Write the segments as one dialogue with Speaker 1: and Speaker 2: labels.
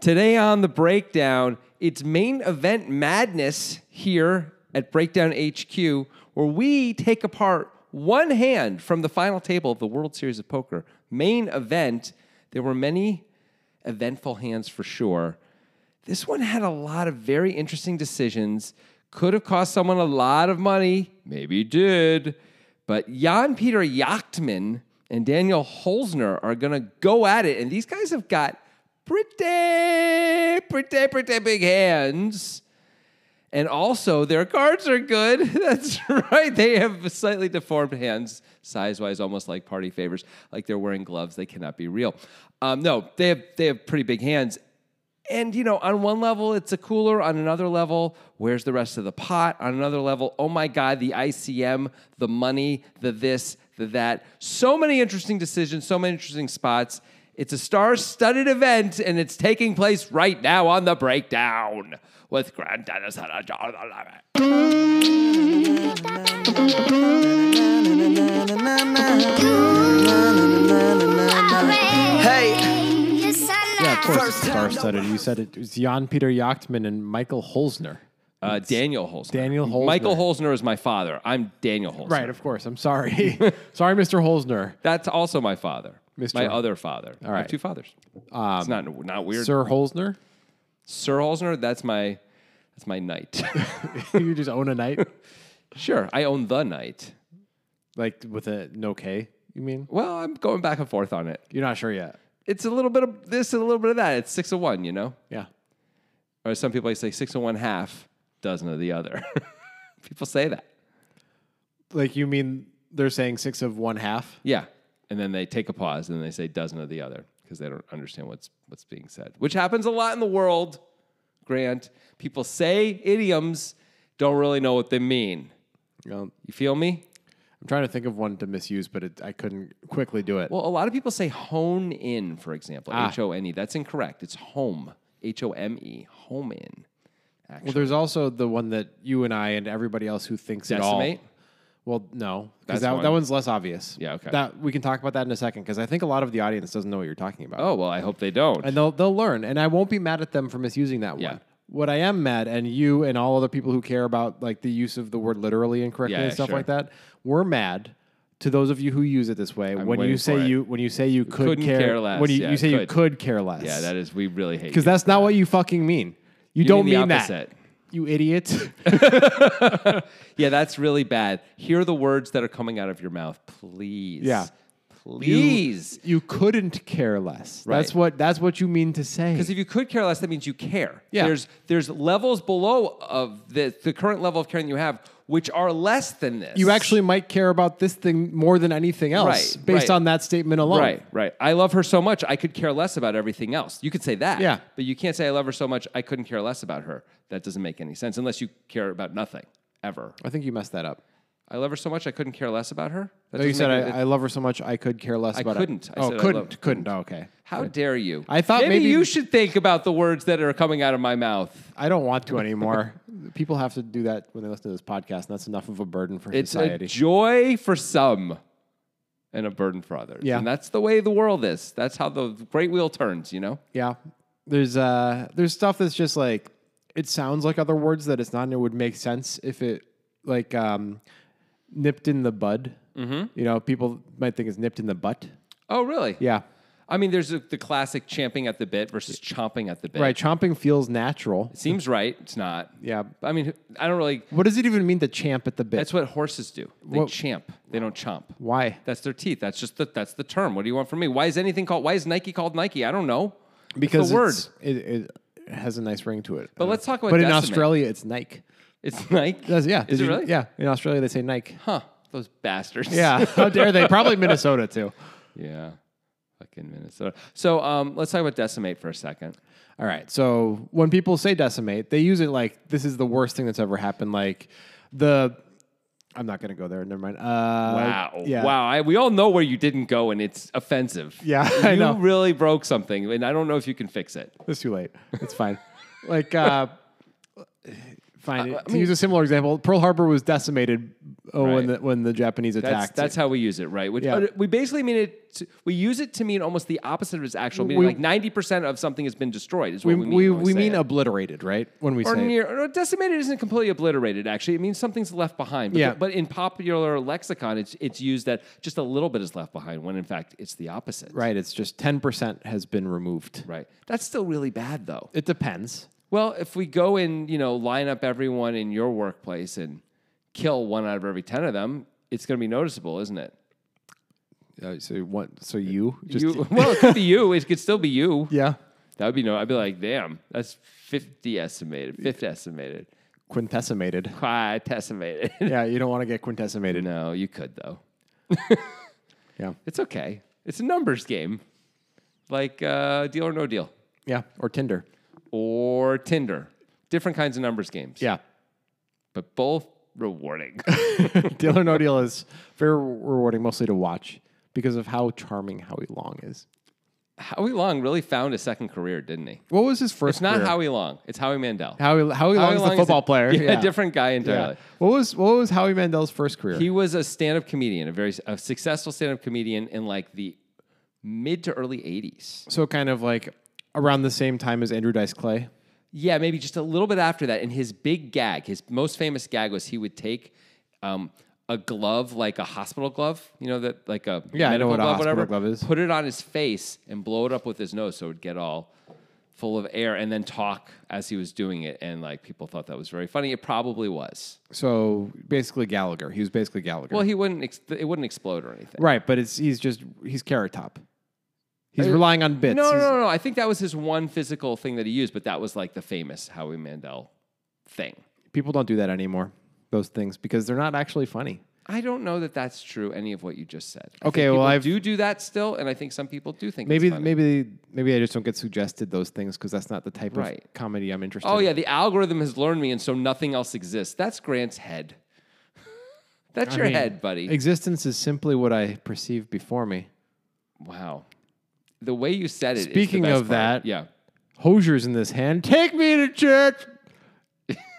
Speaker 1: Today on the breakdown, it's main event madness here at Breakdown HQ, where we take apart one hand from the final table of the World Series of Poker. Main event, there were many eventful hands for sure. This one had a lot of very interesting decisions. Could have cost someone a lot of money, maybe did. But Jan Peter Yachtman and Daniel Holzner are going to go at it. And these guys have got pretty, pretty, pretty big hands. And also, their cards are good. That's right. They have slightly deformed hands, size wise, almost like party favors. Like they're wearing gloves. They cannot be real. Um, no, they have, they have pretty big hands. And, you know, on one level, it's a cooler. On another level, where's the rest of the pot? On another level, oh my God, the ICM, the money, the this, the that. So many interesting decisions, so many interesting spots. It's a star studded event, and it's taking place right now on the breakdown with Grand Dennis and John Lovett.
Speaker 2: Yeah, of course,
Speaker 3: First
Speaker 2: it's
Speaker 3: time
Speaker 2: star-studded. You said it. It's Jan Peter Yachtman and Michael Holzner.
Speaker 1: Uh, Daniel Holzner.
Speaker 2: Daniel Holzner.
Speaker 1: Michael Holzner is my father. I'm Daniel Holzner.
Speaker 2: Right, of course. I'm sorry, sorry, Mr. Holzner,
Speaker 1: That's also my father.
Speaker 2: Mr.
Speaker 1: My other father. I have
Speaker 2: right. Um,
Speaker 1: two fathers. it's not not weird. Sir,
Speaker 2: Sir Holzner.
Speaker 1: Holzner. That's my that's my knight.
Speaker 2: you just own a knight,
Speaker 1: sure, I own the knight.
Speaker 2: like with a no K. You mean
Speaker 1: Well, I'm going back and forth on it.
Speaker 2: you're not sure yet?
Speaker 1: It's a little bit of this and a little bit of that. It's six of one, you know.
Speaker 2: Yeah.
Speaker 1: Or some people like say six of one half, dozen of the other. people say that.
Speaker 2: Like you mean they're saying six of one half?
Speaker 1: Yeah. And then they take a pause and they say dozen of the other because they don't understand what's what's being said, which happens a lot in the world. Grant, people say idioms, don't really know what they mean.
Speaker 2: No,
Speaker 1: You feel me?
Speaker 2: I'm trying to think of one to misuse, but it, I couldn't quickly do it.
Speaker 1: Well, a lot of people say hone in, for example,
Speaker 2: Ah.
Speaker 1: H O N E. That's incorrect. It's home, H O M E, home in.
Speaker 2: Well, there's also the one that you and I and everybody else who thinks
Speaker 1: Decimate?
Speaker 2: it all. Well, no,
Speaker 1: That's
Speaker 2: because that,
Speaker 1: one.
Speaker 2: that one's less obvious.
Speaker 1: Yeah, okay.
Speaker 2: That we can talk about that in a second because I think a lot of the audience doesn't know what you're talking about.
Speaker 1: Oh, well, I hope they don't.
Speaker 2: and they'll they'll learn, and I won't be mad at them for misusing that
Speaker 1: Yeah.
Speaker 2: one. What I am mad, and you and all other people who care about like the use of the word literally incorrectly
Speaker 1: Yeah,
Speaker 2: and stuff
Speaker 1: sure.
Speaker 2: like that, we're mad to those of you who use it this way. when
Speaker 1: waiting
Speaker 2: you
Speaker 1: for
Speaker 2: say
Speaker 1: it.
Speaker 2: you when you say you could
Speaker 1: Couldn't care less.
Speaker 2: when you,
Speaker 1: Yeah,
Speaker 2: you say you
Speaker 1: could.
Speaker 2: could care less,
Speaker 1: yeah, that is, we really hate
Speaker 2: because
Speaker 1: you.
Speaker 2: that's not what you fucking mean. You, don't
Speaker 1: mean the
Speaker 2: mean
Speaker 1: opposite.
Speaker 2: that, you idiot.
Speaker 1: Yeah, that's really bad. Hear the words that are coming out of your mouth, please.
Speaker 2: Yeah.
Speaker 1: Please.
Speaker 2: You, you couldn't care less.
Speaker 1: Right.
Speaker 2: That's what that's what you mean to say.
Speaker 1: Because if you could care less, that means you care.
Speaker 2: Yeah.
Speaker 1: There's there's levels below of the, the current level of caring you have, which are less than this.
Speaker 2: you actually might care about this thing more than anything else
Speaker 1: Right,
Speaker 2: based
Speaker 1: right.
Speaker 2: on that statement alone.
Speaker 1: Right, right. I love her so much, I could care less about everything else. You could say that.
Speaker 2: Yeah.
Speaker 1: But you can't say I love her so much, I couldn't care less about her. That doesn't make any sense unless you care about nothing ever.
Speaker 2: I think you messed that up.
Speaker 1: I love her so much, I couldn't care less about her. That
Speaker 2: No, you
Speaker 1: doesn't
Speaker 2: said
Speaker 1: make any-
Speaker 2: I, I love her so much I could care less
Speaker 1: I
Speaker 2: about
Speaker 1: couldn't.
Speaker 2: it.
Speaker 1: I
Speaker 2: oh,
Speaker 1: said I
Speaker 2: couldn't,
Speaker 1: loved-
Speaker 2: couldn't. Oh, okay.
Speaker 1: How dare you?
Speaker 2: I thought maybe-
Speaker 1: you should think about the words that are coming out of my mouth.
Speaker 2: I don't want to anymore. People have to do that when they listen to this podcast, and that's enough of a burden for
Speaker 1: It's
Speaker 2: society.
Speaker 1: a joy for some and a burden for others.
Speaker 2: Yeah.
Speaker 1: And that's the way the world is. That's how the great wheel turns, you know?
Speaker 2: yeah. There's uh there's stuff that's just like it sounds like other words that it's not and it would make sense if it like um nipped in the bud. Mm-hmm. You know, people might think it's nipped in the butt.
Speaker 1: Oh, really?
Speaker 2: Yeah.
Speaker 1: I mean, there's a, the classic champing at the bit versus chomping at the bit.
Speaker 2: Right. Chomping feels natural.
Speaker 1: Seems right. It's not.
Speaker 2: Yeah.
Speaker 1: I mean, I don't really.
Speaker 2: What does it even mean to champ at the bit?
Speaker 1: That's what horses do. They
Speaker 2: What-
Speaker 1: champ. They don't chomp.
Speaker 2: Why?
Speaker 1: That's their teeth. That's just the, that's the term. What do you want from me? Why is anything called? Why is Nike called Nike? I don't know. That's
Speaker 2: Because
Speaker 1: the word.
Speaker 2: it's- It, it has a nice ring to it.
Speaker 1: But let's talk about
Speaker 2: But in
Speaker 1: decimate.
Speaker 2: Australia, it's Nike.
Speaker 1: It's Nike.
Speaker 2: Does- yeah.
Speaker 1: Is
Speaker 2: Did
Speaker 1: it
Speaker 2: you-
Speaker 1: really?
Speaker 2: Yeah. In Australia, they say Nike.
Speaker 1: Huh. Those bastards.
Speaker 2: Yeah. How dare they? Probably Minnesota too.
Speaker 1: Yeah. Fucking Minnesota. So um, let's talk about decimate for a second.
Speaker 2: All right. So when people say decimate, they use it like this is the worst thing that's ever happened. Like the. I'm not going to go there. Never mind. Uh,
Speaker 1: Wow.
Speaker 2: Yeah.
Speaker 1: Wow. I, we all know where you didn't go, and it's offensive.
Speaker 2: Yeah,
Speaker 1: You
Speaker 2: I know.
Speaker 1: really broke something, and I don't know if you can fix it.
Speaker 2: It's too late. It's fine.
Speaker 1: Uh,
Speaker 2: like, uh, fine. to use a similar example, Pearl Harbor was decimated Oh, when
Speaker 1: Right.
Speaker 2: the when the Japanese
Speaker 1: That's,
Speaker 2: attacked.
Speaker 1: that's how we use it, right? Which
Speaker 2: Yeah.
Speaker 1: uh, we basically mean it. To, we use it to mean almost the opposite of its actual meaning.
Speaker 2: We-
Speaker 1: like ninety percent of something has been destroyed. Is
Speaker 2: we
Speaker 1: what we, mean.
Speaker 2: we,
Speaker 1: when
Speaker 2: we
Speaker 1: say
Speaker 2: mean
Speaker 1: it.
Speaker 2: obliterated, right? When we
Speaker 1: or
Speaker 2: say
Speaker 1: near or decimated isn't completely obliterated. Actually, it means something's left behind. But,
Speaker 2: Yeah.
Speaker 1: but in popular lexicon, it's it's used that just a little bit is left behind when in fact it's the opposite.
Speaker 2: right, it's just ten percent has been removed.
Speaker 1: Right. That's still really bad though.
Speaker 2: It depends.
Speaker 1: Well, if we go and you know line up everyone in your workplace and kill one out of every ten of them, it's going to be noticeable, isn't it?
Speaker 2: Uh, so what? So you just
Speaker 1: You- well, it could be you. It could still be you.
Speaker 2: yeah,
Speaker 1: That would be no. I'd be like, damn, that's fifty estimated, fifth estimated,
Speaker 2: quintessimated.
Speaker 1: quite estimated.
Speaker 2: yeah, you don't want to get quintessimated.
Speaker 1: no, you could though.
Speaker 2: Yeah,
Speaker 1: It's okay. It's a numbers game, like uh, Deal or No Deal
Speaker 2: yeah, or Tinder.
Speaker 1: or Tinder. Different kinds of numbers games.
Speaker 2: Yeah,
Speaker 1: but both rewarding.
Speaker 2: Deal or No Deal is very rewarding, mostly to watch because of how charming Howie Long is.
Speaker 1: Howie Long really found a second career, didn't he?
Speaker 2: What was his first?
Speaker 1: It's not
Speaker 2: career?
Speaker 1: Howie Long. It's Howie Mandel.
Speaker 2: Howie.
Speaker 1: Howie
Speaker 2: Howie Long's the football
Speaker 1: is a,
Speaker 2: player.
Speaker 1: Yeah, a different guy entirely.
Speaker 2: What was what was Howie Mandel's first career?
Speaker 1: He was a stand-up comedian, a very a successful stand-up comedian in like the mid to early '80s.
Speaker 2: so kind of like around the same time as Andrew Dice Clay.
Speaker 1: Yeah, maybe just a little bit after that. And his big gag, his most famous gag, was he would take um, a glove, like a hospital glove, you know that, like a
Speaker 2: Yeah, I
Speaker 1: medical
Speaker 2: know what a
Speaker 1: glove,
Speaker 2: hospital
Speaker 1: whatever,
Speaker 2: glove is.
Speaker 1: Put it on his face and blow it up with his nose, so it would get all full of air, and then talk as he was doing it. And like people thought that was very funny. It probably was.
Speaker 2: So basically Gallagher. He was basically Gallagher.
Speaker 1: Well, he wouldn't. Ex- it wouldn't explode or anything.
Speaker 2: right, but it's he's just he's carrot top. He's relying on bits.
Speaker 1: No,
Speaker 2: He's-
Speaker 1: no, no, no. I think that was his one physical thing that he used, but that was like the famous Howie Mandel thing.
Speaker 2: People don't do that anymore. Those things because they're not actually funny.
Speaker 1: I don't know that that's true. Any of what you just said. I
Speaker 2: Okay,
Speaker 1: think
Speaker 2: well,
Speaker 1: people
Speaker 2: I've-
Speaker 1: do do that still, and I think some people do think
Speaker 2: Maybe
Speaker 1: It's funny.
Speaker 2: maybe maybe I just don't get suggested those things because that's not the type
Speaker 1: Right.
Speaker 2: of comedy I'm interested.
Speaker 1: Oh
Speaker 2: in.
Speaker 1: yeah, the algorithm has learned me, and so nothing else exists. That's Grant's head. that's your
Speaker 2: mean,
Speaker 1: head, buddy.
Speaker 2: Existence is simply what I perceive before me.
Speaker 1: wow. The way you said it. is the
Speaker 2: Speaking
Speaker 1: best
Speaker 2: of
Speaker 1: part.
Speaker 2: that-
Speaker 1: yeah.
Speaker 2: Hosier's in this hand. Take me to church.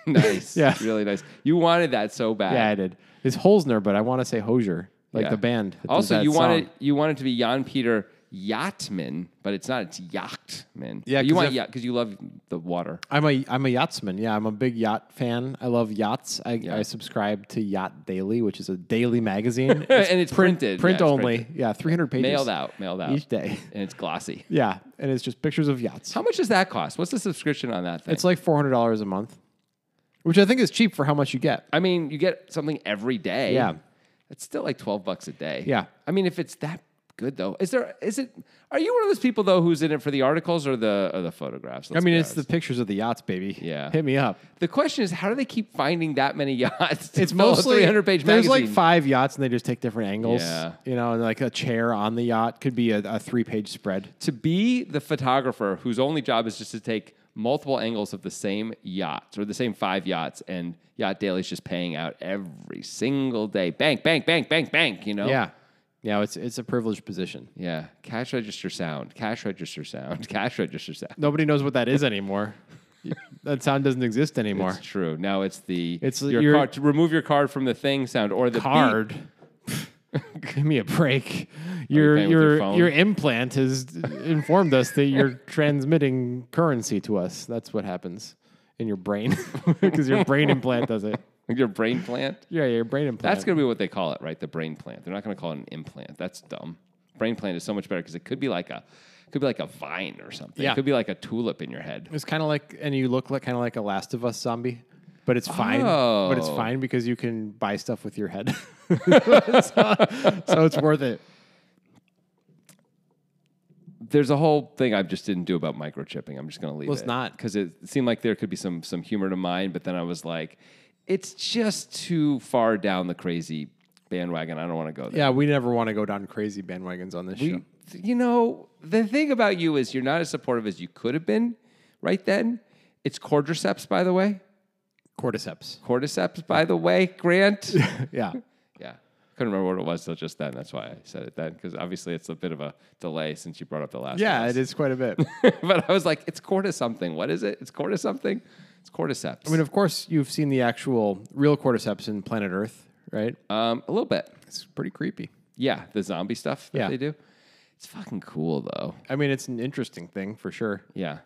Speaker 1: Nice.
Speaker 2: Yeah.
Speaker 1: Really nice. You wanted that so bad.
Speaker 2: Yeah, I did. It's Holzner, but I want to say Hosier, like
Speaker 1: Yeah.
Speaker 2: the band. that does
Speaker 1: Also,
Speaker 2: that
Speaker 1: you want it.
Speaker 2: song.
Speaker 1: You want it to be Jan Peter Yachtman, but it's not. It's Yachtman.
Speaker 2: Yeah,
Speaker 1: But you
Speaker 2: 'cause
Speaker 1: want
Speaker 2: if-
Speaker 1: because you love the water.
Speaker 2: I'm a I'm a yachtsman. Yeah, I'm a big yacht fan. I love yachts. I, I subscribe to Yacht Daily, which is a daily magazine,
Speaker 1: And it's
Speaker 2: print-
Speaker 1: printed.
Speaker 2: print
Speaker 1: Yeah, it's
Speaker 2: only. Yeah, 300 pages.
Speaker 1: Mailed out. Mailed out
Speaker 2: each day.
Speaker 1: and it's glossy.
Speaker 2: Yeah, and it's just pictures of yachts.
Speaker 1: How much does that cost? What's the subscription on that thing?
Speaker 2: It's like four hundred dollars a month, which I think is cheap for how much you get.
Speaker 1: I mean, you get something every day.
Speaker 2: Yeah.
Speaker 1: It's still like 12 bucks a day.
Speaker 2: Yeah.
Speaker 1: I mean, if it's that good though. Is there is it are you one of those people though who's in it for the articles or the or the photographs?
Speaker 2: I
Speaker 1: Let's
Speaker 2: mean,
Speaker 1: be
Speaker 2: it's the
Speaker 1: honest.
Speaker 2: pictures of the yachts, baby.
Speaker 1: Yeah.
Speaker 2: hit me up.
Speaker 1: the question is how do they keep finding that many yachts? to
Speaker 2: It's
Speaker 1: fill a
Speaker 2: mostly
Speaker 1: 300 page
Speaker 2: There's
Speaker 1: magazine.
Speaker 2: like five yachts, and they just take different angles.
Speaker 1: Yeah.
Speaker 2: you know, and like a chair on the yacht could be a, a three page spread.
Speaker 1: to be the photographer whose only job is just to take multiple angles of the same yachts or the same five yachts and yacht daily's just paying out every single day bank bank bank bank bank you know
Speaker 2: Yeah, yeah, it's it's a privileged position.
Speaker 1: yeah cash register sound cash register sound cash register sound
Speaker 2: Nobody knows what that is anymore. that sound doesn't exist anymore.
Speaker 1: it's true now it's the
Speaker 2: It's
Speaker 1: your,
Speaker 2: your-
Speaker 1: card to remove your card from the thing sound or the beep.
Speaker 2: Card. Give me a break. Your
Speaker 1: playing with your
Speaker 2: your
Speaker 1: phone?
Speaker 2: your, implant has informed us that you're transmitting currency to us. That's what happens in your brain because your brain implant does it.
Speaker 1: your brain plant
Speaker 2: Yeah, your brain implant.
Speaker 1: that's going to be what they call it right the brain plant they're not going to call it an implant that's dumb brain plant is so much better because it could be like a could be like a vine or something
Speaker 2: Yeah.
Speaker 1: it could be like a tulip in your head
Speaker 2: It's kind of like, and you look like kind of like a Last of Us zombie, but it's fine. But it's
Speaker 1: Oh.
Speaker 2: fine because you can buy stuff with your head, so, so it's worth it.
Speaker 1: there's a whole thing I just didn't do about microchipping. I'm just going to leave
Speaker 2: Well, it's
Speaker 1: it.
Speaker 2: not.
Speaker 1: because it seemed like there could be some some humor to mine, but then I was like, it's just too far down the crazy bandwagon. I don't want to go there.
Speaker 2: Yeah, we never want to go down crazy bandwagons on this show.
Speaker 1: You, you know, the thing about you is you're not as supportive as you could have been right then. It's cordyceps, by the way.
Speaker 2: Cordyceps.
Speaker 1: Cordyceps, by the way, Grant.
Speaker 2: Yeah.
Speaker 1: yeah. Couldn't remember what it was till just then. That's why I said it then, because obviously it's a bit of a delay since you brought up the last.
Speaker 2: Yeah,
Speaker 1: one.
Speaker 2: it is quite a bit.
Speaker 1: but I was like, it's quarter something. What is it? It's quarter something. It's cordyceps.
Speaker 2: I mean, of course, you've seen the actual real cordyceps in planet Earth, right?
Speaker 1: Um, a little bit.
Speaker 2: It's pretty creepy.
Speaker 1: Yeah, the zombie stuff that
Speaker 2: Yeah.
Speaker 1: they do. It's fucking cool though.
Speaker 2: I mean, it's an interesting thing for sure.
Speaker 1: Yeah.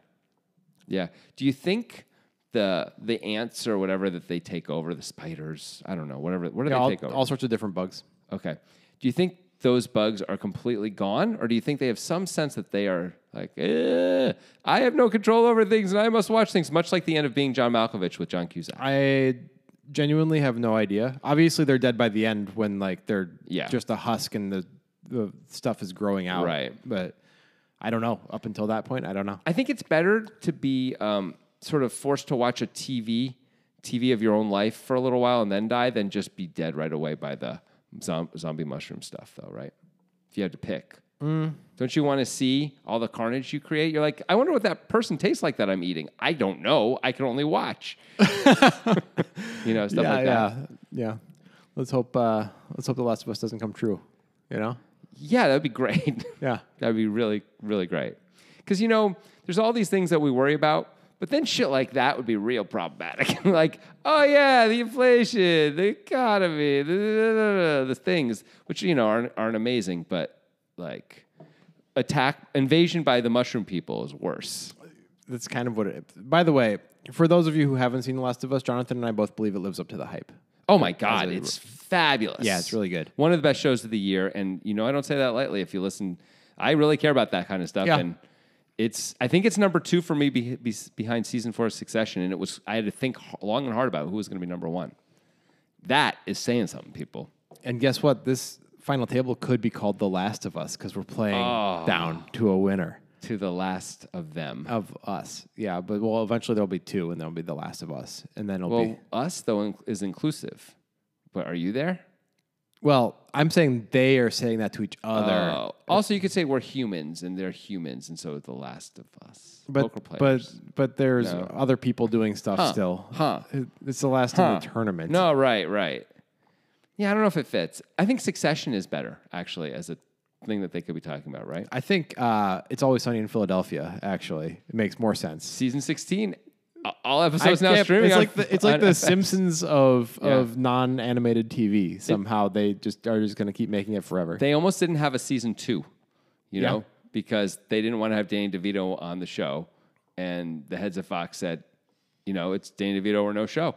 Speaker 1: Yeah. Do you think the the ants or whatever that they take over, the spiders, I don't know, whatever what do
Speaker 2: Yeah,
Speaker 1: they
Speaker 2: all,
Speaker 1: take over?
Speaker 2: all sorts of different bugs.
Speaker 1: Okay. Do you think those bugs are completely gone, or do you think they have some sense that they are like, eh, I have no control over things and I must watch things, much like the end of Being John Malkovich with John Cusack?
Speaker 2: I genuinely have no idea. Obviously, they're dead by the end when like they're
Speaker 1: Yeah.
Speaker 2: just a husk and the the stuff is growing out.
Speaker 1: Right.
Speaker 2: But I don't know. Up until that point, I don't know.
Speaker 1: I think it's better to be um, sort of forced to watch a TV TV of your own life for a little while and then die than just be dead right away by the zom- zombie mushroom stuff, though, right? If you had to pick.
Speaker 2: Mm.
Speaker 1: Don't you want to see all the carnage you create? You're like, I wonder what that person tastes like that I'm eating. I don't know. I can only watch. you know, stuff
Speaker 2: yeah,
Speaker 1: like that.
Speaker 2: yeah, yeah. Let's hope. Uh, let's hope the Last of Us doesn't come true. You know.
Speaker 1: Yeah, that'd be great.
Speaker 2: Yeah.
Speaker 1: That'd be really, really great. Because, you know, there's all these things that we worry about, but then shit like that would be real problematic. like, oh, yeah, the inflation, the economy, the, the, the, the things, which, you know, aren't, aren't amazing, but like attack, invasion by the mushroom people is worse.
Speaker 2: That's kind of what it. By the way, for those of you who haven't seen The Last of Us, Jonathan and I both believe it lives up to the hype.
Speaker 1: Oh my God, it's fabulous.
Speaker 2: Yeah, it's really good.
Speaker 1: One of the best shows of the year. And, you know, I don't say that lightly. If you listen, I really care about that kind of stuff.
Speaker 2: Yeah.
Speaker 1: And it's, I think it's number two for me be, be, behind season four of Succession. And it was, I had to think h- long and hard about who was going to be number one. That is saying something, people.
Speaker 2: And guess what? This final table could be called The Last of Us because we're playing down to a winner
Speaker 1: To the last of them.
Speaker 2: of us. Yeah, but well, eventually there'll be two, and there'll be The Last of Us, and then it'll
Speaker 1: well,
Speaker 2: be.
Speaker 1: us, though, in- is inclusive. But are you there?
Speaker 2: Well, I'm saying they are saying that to each other.
Speaker 1: Oh. also, you could say we're humans and they're humans. And so the last of us. Poker
Speaker 2: but but
Speaker 1: players.
Speaker 2: but there's other people doing stuff still.
Speaker 1: Huh.
Speaker 2: It's the last of the tournament.
Speaker 1: No, right, right. Yeah, I don't know if it fits. I think Succession is better, actually, as a thing that they could be talking about, right?
Speaker 2: I think uh, it's always sunny in Philadelphia. Actually, it makes more sense.
Speaker 1: Season 16, a- all
Speaker 2: I
Speaker 1: episodes now
Speaker 2: can't-
Speaker 1: streaming.
Speaker 2: It's
Speaker 1: on-
Speaker 2: like the, it's like
Speaker 1: on-
Speaker 2: the Simpsons of of non animated TV. Somehow they just are just going to keep making it forever.
Speaker 1: They almost didn't have a season two, you
Speaker 2: Yeah.
Speaker 1: know, because they didn't want to have Danny DeVito on the show. And the heads of Fox said, you know, it's Danny DeVito or no show.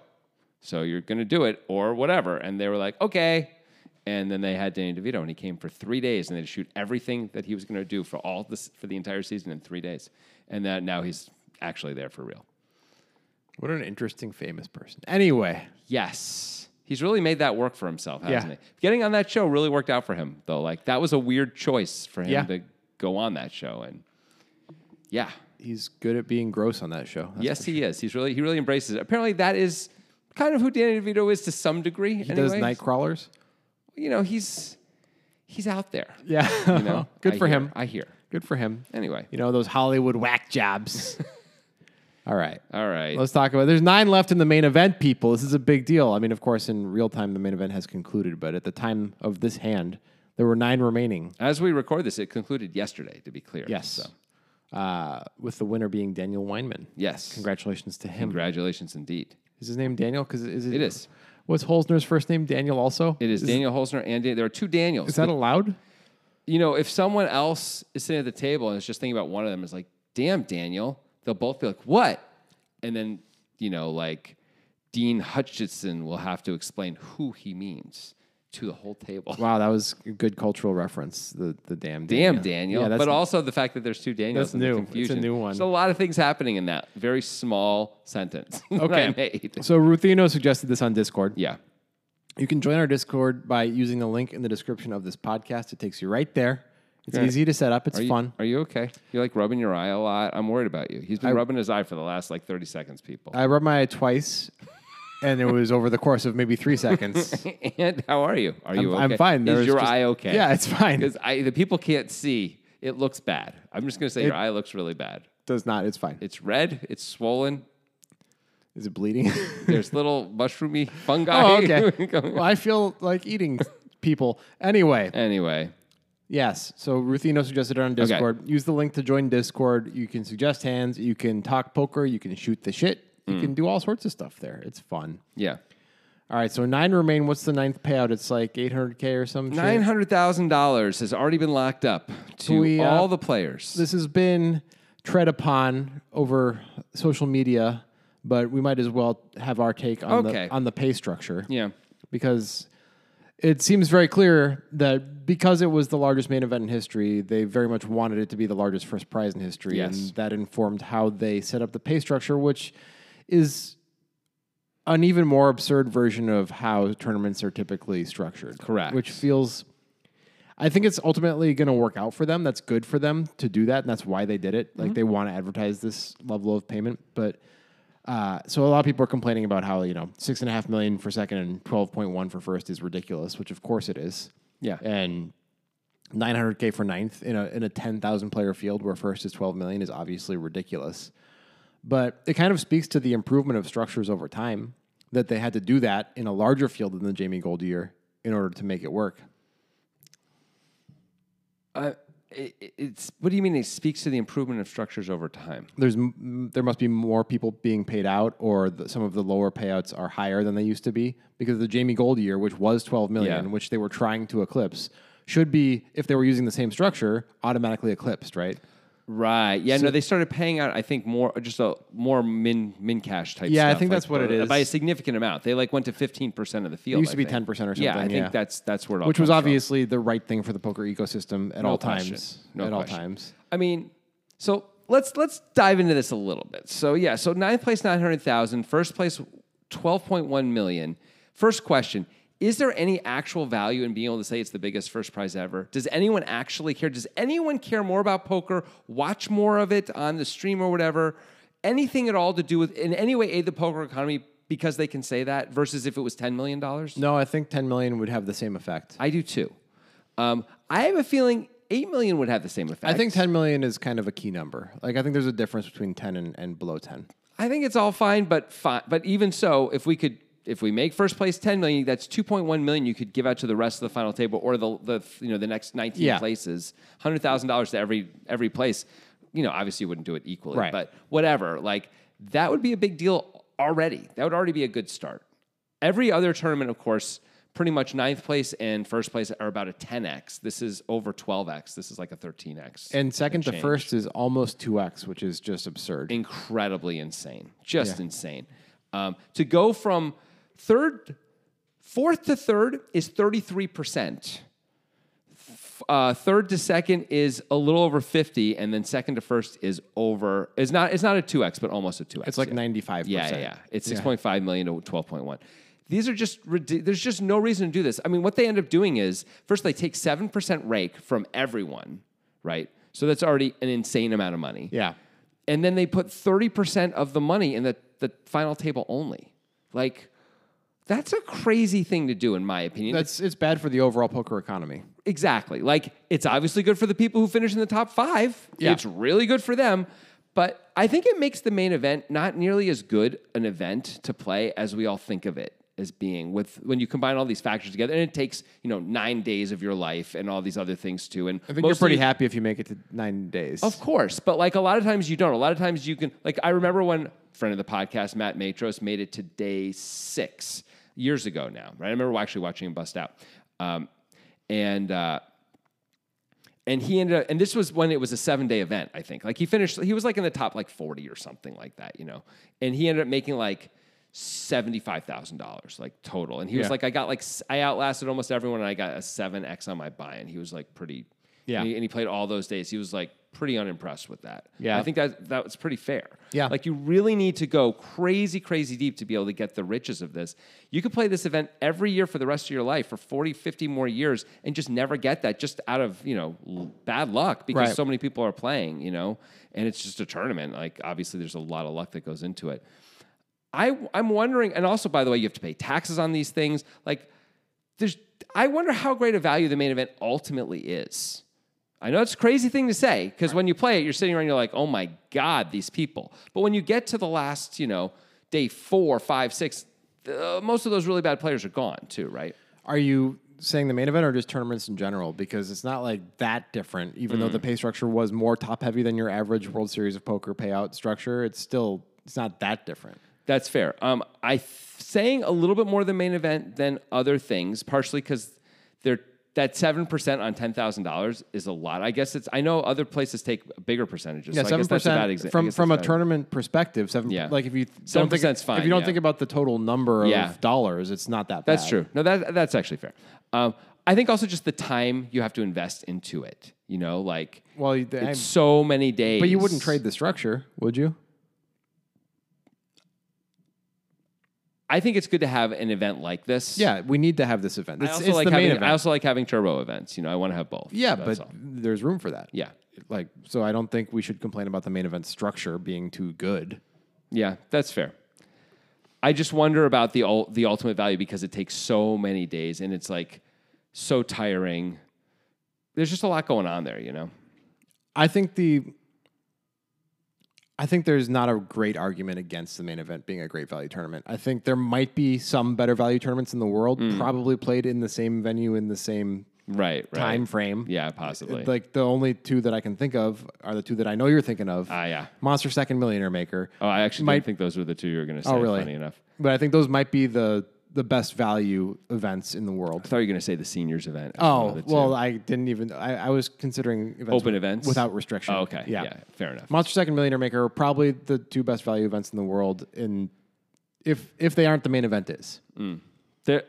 Speaker 1: So you're going to do it or whatever. And they were like, okay. And then they had Danny DeVito, and he came for three days, and they shoot everything that he was going to do for all this for the entire season in three days. And that now he's actually there for real.
Speaker 2: what an interesting famous person. Anyway,
Speaker 1: Yes. He's really made that work for himself, hasn't
Speaker 2: Yeah.
Speaker 1: he? Getting on that show really worked out for him, though. Like that was a weird choice for him
Speaker 2: Yeah.
Speaker 1: to go on that show, and yeah,
Speaker 2: he's good at being gross on that show. That's-
Speaker 1: yes, he is. He's really he really embraces it. Apparently, that is kind of who Danny DeVito is to some degree.
Speaker 2: he does
Speaker 1: anyways.
Speaker 2: night crawlers.
Speaker 1: You know, he's he's out there.
Speaker 2: Yeah,
Speaker 1: You know,
Speaker 2: good
Speaker 1: I
Speaker 2: for
Speaker 1: hear,
Speaker 2: him.
Speaker 1: I hear.
Speaker 2: Good for him.
Speaker 1: Anyway,
Speaker 2: You know those Hollywood whack jobs. All right.
Speaker 1: all right.
Speaker 2: Let's talk about. There's nine left in the main event, people. This is a big deal. I mean, of course, in real time, the main event has concluded, but at the time of this hand, there were nine remaining.
Speaker 1: As we record this, it concluded yesterday. To be clear,
Speaker 2: Yes.
Speaker 1: So,
Speaker 2: Uh, with the winner being Daniel Weinman.
Speaker 1: yes.
Speaker 2: Congratulations to him.
Speaker 1: Congratulations, indeed.
Speaker 2: Is his name Daniel? Because is it,
Speaker 1: It is.
Speaker 2: Was Holzner's first name Daniel also?
Speaker 1: It is, Daniel Holzner and Dan- there are two Daniels.
Speaker 2: Is that allowed?
Speaker 1: you know, if someone else is sitting at the table and is just thinking about one of them, it's like, damn, Daniel, they'll both be like, what? And then, you know, like Dean Hutchinson will have to explain who he means to the whole table.
Speaker 2: Wow, that was a good cultural reference. The the damn Daniel.
Speaker 1: Damn, Daniel.
Speaker 2: Yeah, that's
Speaker 1: but also the fact that there's two Daniels
Speaker 2: That's
Speaker 1: and the
Speaker 2: new. It's a
Speaker 1: confusion.
Speaker 2: new one.
Speaker 1: There's a lot of things happening in that very small sentence that I
Speaker 2: Okay.
Speaker 1: made.
Speaker 2: So Ruthino suggested this on Discord.
Speaker 1: Yeah.
Speaker 2: You can join our Discord by using the link in the description of this podcast. It takes you right there. It's easy to set up. It's
Speaker 1: Are you,
Speaker 2: fun.
Speaker 1: Are you okay? You're like rubbing your eye a lot. I'm worried about you. He's been rubbing his eye for the last like 30 seconds, people.
Speaker 2: I rubbed my eye twice, and it was over the course of maybe three seconds.
Speaker 1: and how are you? Are you okay?
Speaker 2: I'm fine. There
Speaker 1: Is
Speaker 2: was
Speaker 1: your
Speaker 2: just-
Speaker 1: eye okay?
Speaker 2: Yeah, it's fine.
Speaker 1: Because I the people can't see. It looks bad. I'm just gonna say your eye looks really bad.
Speaker 2: Does not. It's fine.
Speaker 1: It's red. It's swollen.
Speaker 2: Is it bleeding?
Speaker 1: There's little mushroomy fungi.
Speaker 2: oh, okay.
Speaker 1: going-
Speaker 2: well, I feel like eating people. Anyway,
Speaker 1: anyway,
Speaker 2: yes. So Ruthino suggested it on Discord. Use the link to join Discord. You can suggest hands.
Speaker 1: Hmm.
Speaker 2: You can talk poker. You can shoot the shit. You can do all sorts of stuff there. It's fun.
Speaker 1: yeah.
Speaker 2: All right, so nine remain. What's the ninth payout? It's like 800K or some shit.
Speaker 1: Nine hundred thousand dollars has already been locked up to
Speaker 2: We, uh,
Speaker 1: all the players.
Speaker 2: This has been tread upon over social media, but we might as well have our take on,
Speaker 1: Okay.
Speaker 2: the, on the pay structure.
Speaker 1: yeah,
Speaker 2: because it seems very clear that because it was the largest main event in history, they very much wanted it to be the largest first prize in history.
Speaker 1: Yes.
Speaker 2: And that informed how they set up the pay structure, which is an even more absurd version of how tournaments are typically structured.
Speaker 1: Correct.
Speaker 2: Which feels. I think it's ultimately going to work out for them. That's good for them to do that, and that's why they did it. Like
Speaker 1: Mm-hmm.
Speaker 2: they want to advertise this level of payment, but uh, so a lot of people are complaining about how you know six and a half million for second and twelve point one for first is ridiculous, which of course it is.
Speaker 1: Yeah.
Speaker 2: and nine hundred k for ninth in a in a ten thousand player field where first is twelve million is obviously ridiculous. But it kind of speaks to the improvement of structures over time that they had to do that in a larger field than the Jamie Gold year in order to make it work.
Speaker 1: uh, it, it's what do you mean? It speaks to the improvement of structures over time.
Speaker 2: there's m- m- there must be more people being paid out, or the, some of the lower payouts are higher than they used to be because the Jamie Gold year, which was 12 million,
Speaker 1: Yeah.
Speaker 2: which they were trying to eclipse, should be if they were using the same structure, automatically eclipsed, right?
Speaker 1: Right. Yeah. no, they started paying out. I think more, just a more min min cash type.
Speaker 2: Yeah, I
Speaker 1: stuff,
Speaker 2: think
Speaker 1: like, uh,
Speaker 2: that's what it is.
Speaker 1: by a significant amount. They like went to fifteen percent of the field.
Speaker 2: used to
Speaker 1: I
Speaker 2: be
Speaker 1: think.
Speaker 2: 10% or
Speaker 1: Yeah, I
Speaker 2: something,
Speaker 1: think
Speaker 2: yeah.
Speaker 1: that's that's where it all
Speaker 2: Which was
Speaker 1: comes from.
Speaker 2: obviously the right thing for the poker ecosystem at all
Speaker 1: question.
Speaker 2: times.
Speaker 1: No
Speaker 2: at
Speaker 1: question.
Speaker 2: all times.
Speaker 1: I mean, so let's let's dive into this a little bit. So yeah, so ninth place nine hundred thousand, first place twelve point one million. First question: Is there any actual value in being able to say it's the biggest first prize ever? Does anyone actually care? Does anyone care more about poker? Watch more of it on the stream or whatever. Anything at all to do with in any way aid the poker economy because they can say that versus if it was ten million dollars.
Speaker 2: No, I think 10 million would have the same effect.
Speaker 1: I do too. Um, I have a feeling eight million would have the same effect.
Speaker 2: I think 10 million is kind of a key number. Like I think there's a difference between 10 and, and below 10.
Speaker 1: I think it's all fine, but fine. But even so, if we could, if we make first place ten million, that's two point one million you could give out to the rest of the final table or the the you know the next nineteen
Speaker 2: Yeah.
Speaker 1: places, hundred thousand dollars to every every place. You know, obviously you wouldn't do it equally,
Speaker 2: Right.
Speaker 1: but whatever. Like that would be a big deal already. That would already be a good start. Every other tournament, of course, pretty much ninth place and first place are about a ten x. This is over twelve x. This is like a thirteen x.
Speaker 2: And second to
Speaker 1: change.
Speaker 2: first is almost 2x, which is just absurd.
Speaker 1: incredibly insane, just insane. Um, to go from third, fourth to third is 33%. F- Uh, third to second is a little over 50, and then second to first is over, it's not, it's not a 2x, but almost a 2x.
Speaker 2: It's like 95%.
Speaker 1: Yeah, yeah, yeah. It's six point five million to twelve point one. These are just ridi- there's just no reason to do this. I mean, what they end up doing is first they take seven percent rake from everyone, right? So that's already an insane amount of money.
Speaker 2: Yeah.
Speaker 1: and then they put thirty percent of the money in the the final table only. Like, that's a crazy thing to do, in my opinion.
Speaker 2: That's it's bad for the overall poker economy.
Speaker 1: Exactly. Like it's obviously good for the people who finish in the top five.
Speaker 2: Yeah.
Speaker 1: It's really good for them. But I think it makes the main event not nearly as good an event to play as we all think of it as being with when you combine all these factors together and it takes, you know, nine days of your life and all these other things too. And
Speaker 2: I think
Speaker 1: mostly-
Speaker 2: you're pretty happy if you make it to nine days.
Speaker 1: of course, but like a lot of times you don't. A lot of times you can like I remember when friend of the podcast Matt Matros made it to day six years ago now. Right, I remember actually watching him bust out, um, and uh, and he ended up and this was when it was a seven day event. I think like he finished he was like in the top like forty or something like that, you know, and he ended up making like. Seventy-five thousand dollars, like total, and he was
Speaker 2: Yeah.
Speaker 1: like, "I got like s- I outlasted almost everyone, and I got a seven x on my buy." And he was like, pretty,
Speaker 2: Yeah.
Speaker 1: and he- and he played all those days. He was like pretty unimpressed with that.
Speaker 2: Yeah.
Speaker 1: I think that that was pretty fair.
Speaker 2: Yeah.
Speaker 1: Like you really need to go crazy, crazy deep to be able to get the riches of this. You could play this event every year for the rest of your life for 40, 50 more years and just never get that just out of, you know, l- bad luck because
Speaker 2: Right.
Speaker 1: so many people are playing, you know, and it's just a tournament. Like obviously there's a lot of luck that goes into it. I, I'm wondering, and also by the way, you have to pay taxes on these things. Like, there's, I wonder how great a value the main event ultimately is. I know it's a crazy thing to say because when you play it, you're sitting around and you're like, oh my God, these people. But when you get to the last, you know, day four, five, six, uh, most of those really bad players are gone too, right?
Speaker 2: Are you saying the main event or just tournaments in general? Because it's not like that different. Even though the
Speaker 1: Mm.
Speaker 2: pay structure was more top heavy than your average World Series of Poker payout structure, it's still it's not that different.
Speaker 1: That's fair. Um, I th- saying a little bit more than main event than other things, partially because they're that seven percent on ten thousand dollars is a lot. I guess it's. I know other places take bigger percentages.
Speaker 2: Yeah,
Speaker 1: so I
Speaker 2: seven
Speaker 1: guess that's a bad exa- I
Speaker 2: percent from
Speaker 1: guess
Speaker 2: from a
Speaker 1: that's bad.
Speaker 2: tournament perspective. Seven,
Speaker 1: Yeah.
Speaker 2: like if you th- don't think
Speaker 1: 7% 's fine,
Speaker 2: if you don't
Speaker 1: yeah.
Speaker 2: think about the total number of
Speaker 1: Yeah.
Speaker 2: dollars, it's not that.
Speaker 1: That's
Speaker 2: bad.
Speaker 1: true. No, that that's actually fair. Um, I think also just the time you have to invest into it. You know, like
Speaker 2: Well, you- the,
Speaker 1: it's so many days.
Speaker 2: but you wouldn't trade the structure, would you?
Speaker 1: I think it's good to have an event like this.
Speaker 2: Yeah, we need to have this event.
Speaker 1: I
Speaker 2: It's,
Speaker 1: also
Speaker 2: it's
Speaker 1: like
Speaker 2: the
Speaker 1: having.
Speaker 2: main event.
Speaker 1: I also like having turbo events. You know, I want to have both.
Speaker 2: yeah,
Speaker 1: That's
Speaker 2: but
Speaker 1: all.
Speaker 2: there's room for that.
Speaker 1: yeah,
Speaker 2: Like, so I don't think we should complain about the main event structure being too good.
Speaker 1: yeah, that's fair. I just wonder about the ul- the ultimate value because it takes so many days and it's like so tiring. There's just a lot going on there, you know.
Speaker 2: I think the I think there's not a great argument against the main event being a great value tournament. I think there might be some better value tournaments in the world,
Speaker 1: Mm.
Speaker 2: probably played in the same venue in the same
Speaker 1: Right, right.
Speaker 2: time frame.
Speaker 1: Yeah, possibly.
Speaker 2: Like the only two that I can think of are the two that I know you're thinking of.
Speaker 1: Ah, yeah.
Speaker 2: Monster Second Millionaire Maker.
Speaker 1: oh, I actually
Speaker 2: might-
Speaker 1: didn't think those were the two you were going to say.
Speaker 2: oh, really?
Speaker 1: Funny enough.
Speaker 2: But I think those might be the the best value events in the
Speaker 1: I
Speaker 2: world.
Speaker 1: thought you were going to say the seniors event. as one of
Speaker 2: Oh
Speaker 1: the two.
Speaker 2: well, I didn't even. I, I was considering events
Speaker 1: open
Speaker 2: with-
Speaker 1: events
Speaker 2: without restriction.
Speaker 1: Oh, okay, yeah. fair enough.
Speaker 2: Monster Second Millionaire Maker are probably the two best value events in the world. In if if they aren't the main event is
Speaker 1: There-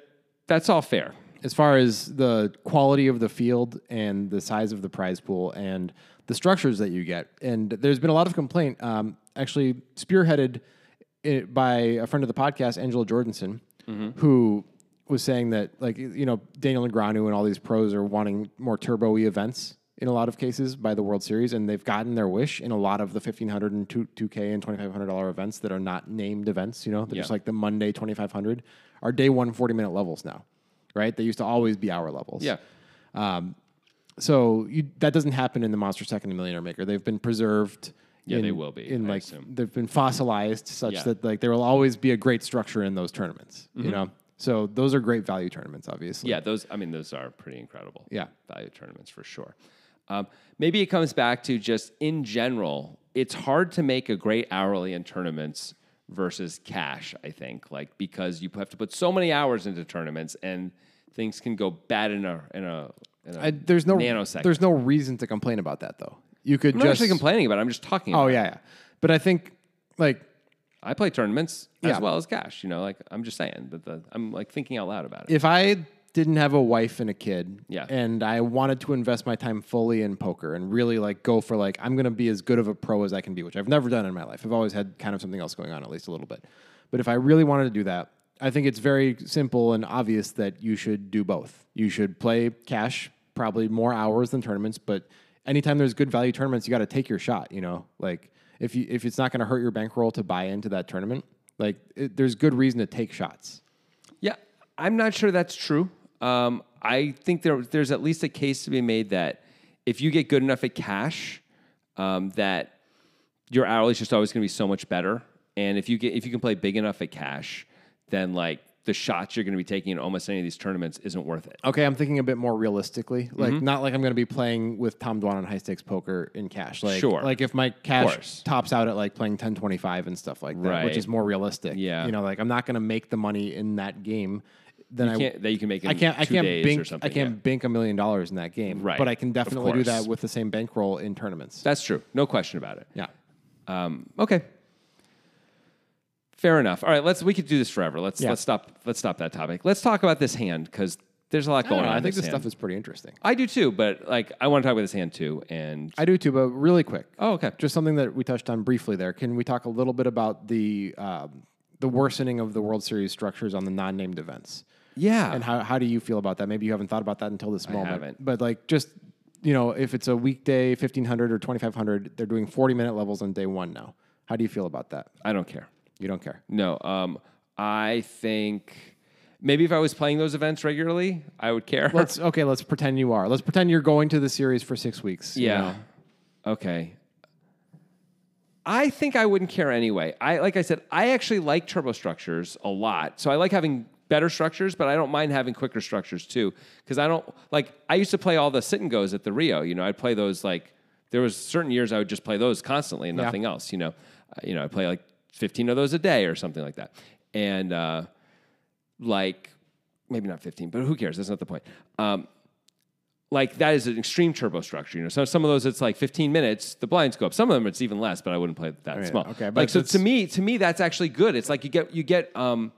Speaker 1: that's all fair.
Speaker 2: as far as the quality of the field and the size of the prize pool and the structures that you get. And there's been a lot of complaint, um, actually spearheaded it by a friend of the podcast, Angela Jordanson, who was saying that like you know Daniel Negreanu and all these pros are wanting more turbo e events in a lot of cases by the World Series, and they've gotten their wish in a lot of the 1500 and 2, 2K and 2500 dollar events that are not named events. You know, they're just
Speaker 1: Yeah.
Speaker 2: like the Monday 2500 are day one 40 minute levels now, right? They used to always be hour levels.
Speaker 1: Yeah.
Speaker 2: So you, that doesn't happen in the Monster Second and Millionaire Maker. They've been preserved.
Speaker 1: Yeah,
Speaker 2: in-
Speaker 1: they will be,
Speaker 2: In
Speaker 1: I
Speaker 2: like
Speaker 1: assume.
Speaker 2: they've been fossilized such
Speaker 1: Yeah. Mm-hmm.
Speaker 2: that like there will always be a great structure in those tournaments. You know, so those are great value tournaments, obviously.
Speaker 1: Yeah, those. I mean, those are pretty incredible.
Speaker 2: Yeah.
Speaker 1: value tournaments for sure. Um, maybe it comes back to just in general, it's hard to make a great hourly in tournaments versus cash. I think like because you have to put so many hours into tournaments and things can go bad in a in a. In a
Speaker 2: I, there's no
Speaker 1: nanosecond.
Speaker 2: There's no reason to complain about that though. You could
Speaker 1: I'm not
Speaker 2: just
Speaker 1: actually complaining about. it. I'm just talking.
Speaker 2: Oh
Speaker 1: about it.
Speaker 2: yeah, yeah. But I think like
Speaker 1: I play tournaments
Speaker 2: Yeah.
Speaker 1: as well as cash. You know, like I'm just saying that the, I'm like thinking out loud about it.
Speaker 2: if I didn't have a wife and a kid,
Speaker 1: Yeah.
Speaker 2: and I wanted to invest my time fully in poker and really like go for like I'm gonna be as good of a pro as I can be, which I've never done in my life. I've always had kind of something else going on, at least a little bit. But if I really wanted to do that, I think it's very simple and obvious that you should do both. You should play cash, probably more hours than tournaments, but anytime there's good value tournaments, you got to take your shot. You know, like if you if it's not going to hurt your bankroll to buy into that tournament, like it, there's good reason to take shots.
Speaker 1: Yeah, I'm not sure that's true. Um, I think there, there's at least a case to be made that if you get good enough at cash, um, that your hourly is just always going to be so much better. And if you get if you can play big enough at cash, then like the shots you're going to be taking in almost any of these tournaments isn't worth it.
Speaker 2: Okay, I'm thinking a bit more realistically. Like,
Speaker 1: Mm-hmm.
Speaker 2: not like I'm going to be playing with Tom Dwan on high stakes poker in cash. Like,
Speaker 1: Sure.
Speaker 2: Like if my
Speaker 1: course.
Speaker 2: cash tops out at like playing 1025 and stuff like that,
Speaker 1: Right.
Speaker 2: which is more realistic.
Speaker 1: Yeah.
Speaker 2: You know, like I'm not going to make the money in that game. Then I
Speaker 1: Can't, that you can make in
Speaker 2: I can't.
Speaker 1: two
Speaker 2: I can't
Speaker 1: days or
Speaker 2: bink.
Speaker 1: something.
Speaker 2: I can't
Speaker 1: yeah.
Speaker 2: bink a million dollars in that game.
Speaker 1: Right.
Speaker 2: But I can
Speaker 1: Of
Speaker 2: definitely do that
Speaker 1: course.
Speaker 2: with the same bankroll in tournaments.
Speaker 1: That's true. No question about it.
Speaker 2: yeah.
Speaker 1: Um, okay. Fair enough. All right, let's we could do this forever. Let's
Speaker 2: Yeah.
Speaker 1: let's stop let's stop that topic. Let's talk about this hand because there's a lot
Speaker 2: I,
Speaker 1: going
Speaker 2: don't know,
Speaker 1: on.
Speaker 2: I
Speaker 1: in
Speaker 2: think this
Speaker 1: hand.
Speaker 2: stuff is pretty interesting.
Speaker 1: I do too, but like I want to talk about this hand too. And
Speaker 2: I do too, but really quick.
Speaker 1: oh, okay,
Speaker 2: just something that we touched on briefly there. Can we talk a little bit about the um, the worsening of the World Series structures on the non-named events?
Speaker 1: yeah,
Speaker 2: And how, how do you feel about that? Maybe you haven't thought about that until this moment.
Speaker 1: haven't.
Speaker 2: But like just you know, if it's a weekday, fifteen hundred or twenty five hundred, they're doing forty minute levels on day one now. How do you feel about that?
Speaker 1: I don't care.
Speaker 2: You don't care.
Speaker 1: No, um, I think maybe if I was playing those events regularly, I would care.
Speaker 2: Let's okay. Let's pretend you are. Let's pretend you're going to the series for six weeks. you
Speaker 1: yeah,
Speaker 2: know?
Speaker 1: okay. I think I wouldn't care anyway. I like I said, I actually like turbo structures a lot, so I like having better structures, but I don't mind having quicker structures too, because I don't like. I used to play all the sit and goes at the Rio. You know, I'd play those like there was certain years I would just play those constantly and nothing else. You know, Uh, you know, I play like 15 of those a day or something like that. And uh, like, maybe not 15, but who cares? That's not the point. Um, like that is an extreme turbo structure. You know, so some of those it's like 15 minutes, the blinds go up. Some of them it's even less, but I wouldn't play it that
Speaker 2: Right,
Speaker 1: small.
Speaker 2: Oh, okay, but
Speaker 1: like so
Speaker 2: it's-
Speaker 1: to me, to me that's actually good. It's like you get you get um,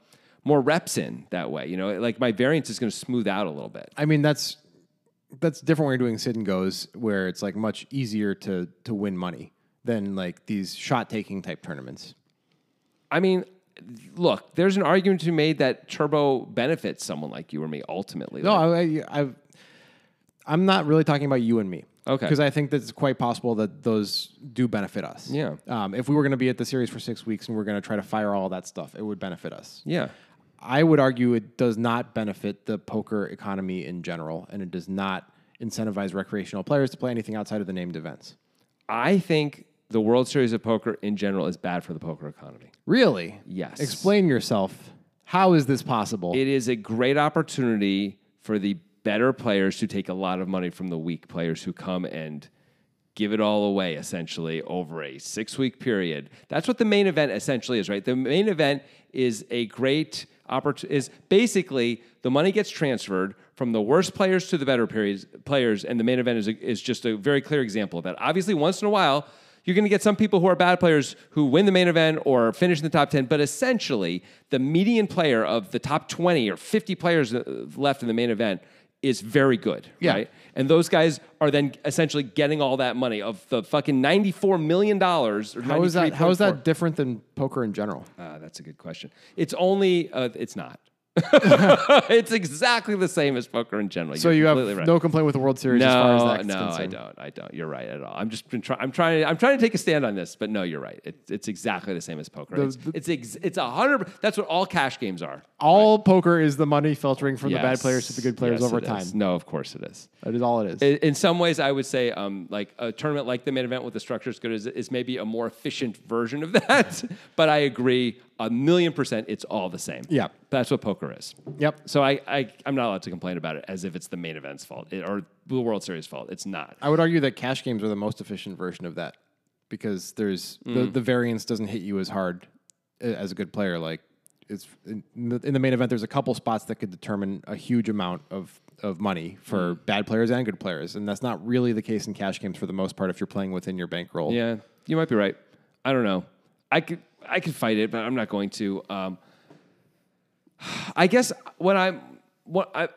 Speaker 1: more reps in that way. You know, like my variance is going to smooth out a little bit.
Speaker 2: I mean, that's that's different when you're doing sit and goes, where it's like much easier to to win money than like these shot taking type tournaments.
Speaker 1: I mean, look, there's an argument to be made that turbo benefits someone like you or me ultimately.
Speaker 2: No,
Speaker 1: Like,
Speaker 2: I, I, I've, I'm not really talking about you and me.
Speaker 1: Okay.
Speaker 2: Because I think that it's quite possible that those do benefit us.
Speaker 1: Yeah.
Speaker 2: Um, if we were going to be at the series for six weeks and we're going to try to fire all that stuff, it would benefit us.
Speaker 1: yeah.
Speaker 2: I would argue it does not benefit the poker economy in general, and it does not incentivize recreational players to play anything outside of the named events.
Speaker 1: I think the World Series of Poker in general is bad for the poker economy.
Speaker 2: Really?
Speaker 1: Yes.
Speaker 2: Explain yourself. How is this possible?
Speaker 1: It is a great opportunity for the better players to take a lot of money from the weak players who come and give it all away essentially over a 6-week period. That's what the main event essentially is, right? The main event is a great opportunity is basically the money gets transferred from the worst players to the better periods, players and the main event is a, is just a very clear example of that. Obviously once in a while you're going to get some people who are bad players who win the main event or finish in the top 10, but essentially the median player of the top 20 or 50 players uh, left in the main event is very good,
Speaker 2: Yeah.
Speaker 1: right? And those guys are then essentially getting all that money of the fucking 94 million dollars or
Speaker 2: how is that? How is
Speaker 1: 93.4
Speaker 2: that different than poker in general?
Speaker 1: Ah, that's a good question. It's only uh, it's not. it's exactly the same as poker in general.
Speaker 2: So
Speaker 1: You're
Speaker 2: you have
Speaker 1: completely right.
Speaker 2: no complaint with the World Series as far as that's
Speaker 1: no,
Speaker 2: concerned.
Speaker 1: I don't. I don't. You're right at all. I'm just been trying. I'm trying. I'm trying to take a stand on this, but no, you're right. It, it's exactly the same as poker. it's
Speaker 2: the-
Speaker 1: it's ex, it's a hundred. That's what all cash games are.
Speaker 2: All poker is the money filtering from the bad
Speaker 1: Yes.
Speaker 2: players to the good players
Speaker 1: Yes,
Speaker 2: over
Speaker 1: it
Speaker 2: time.
Speaker 1: is. No, of course it is.
Speaker 2: That is all it is.
Speaker 1: I- In some ways, I would say um, like a tournament like the main event with the structure as good as is maybe a more efficient version of that. but I agree a million percent. It's all the same.
Speaker 2: Yeah.
Speaker 1: that's what poker is.
Speaker 2: Yep.
Speaker 1: So I, I I'm not allowed to complain about it as if it's the main event's fault it, or the World Series fault. It's not.
Speaker 2: I would argue that cash games are the most efficient version of that because there's the,
Speaker 1: Mm.
Speaker 2: the variance doesn't hit you as hard a- as a good player. Like it's in the, in the main event, there's a couple spots that could determine a huge amount of of money for
Speaker 1: Mm.
Speaker 2: bad players and good players, and that's not really the case in cash games for the most part. If you're playing within your bankroll,
Speaker 1: Yeah, you might be right. I don't know. I could I could fight it, but I'm not going to. Um, I guess what I'm what I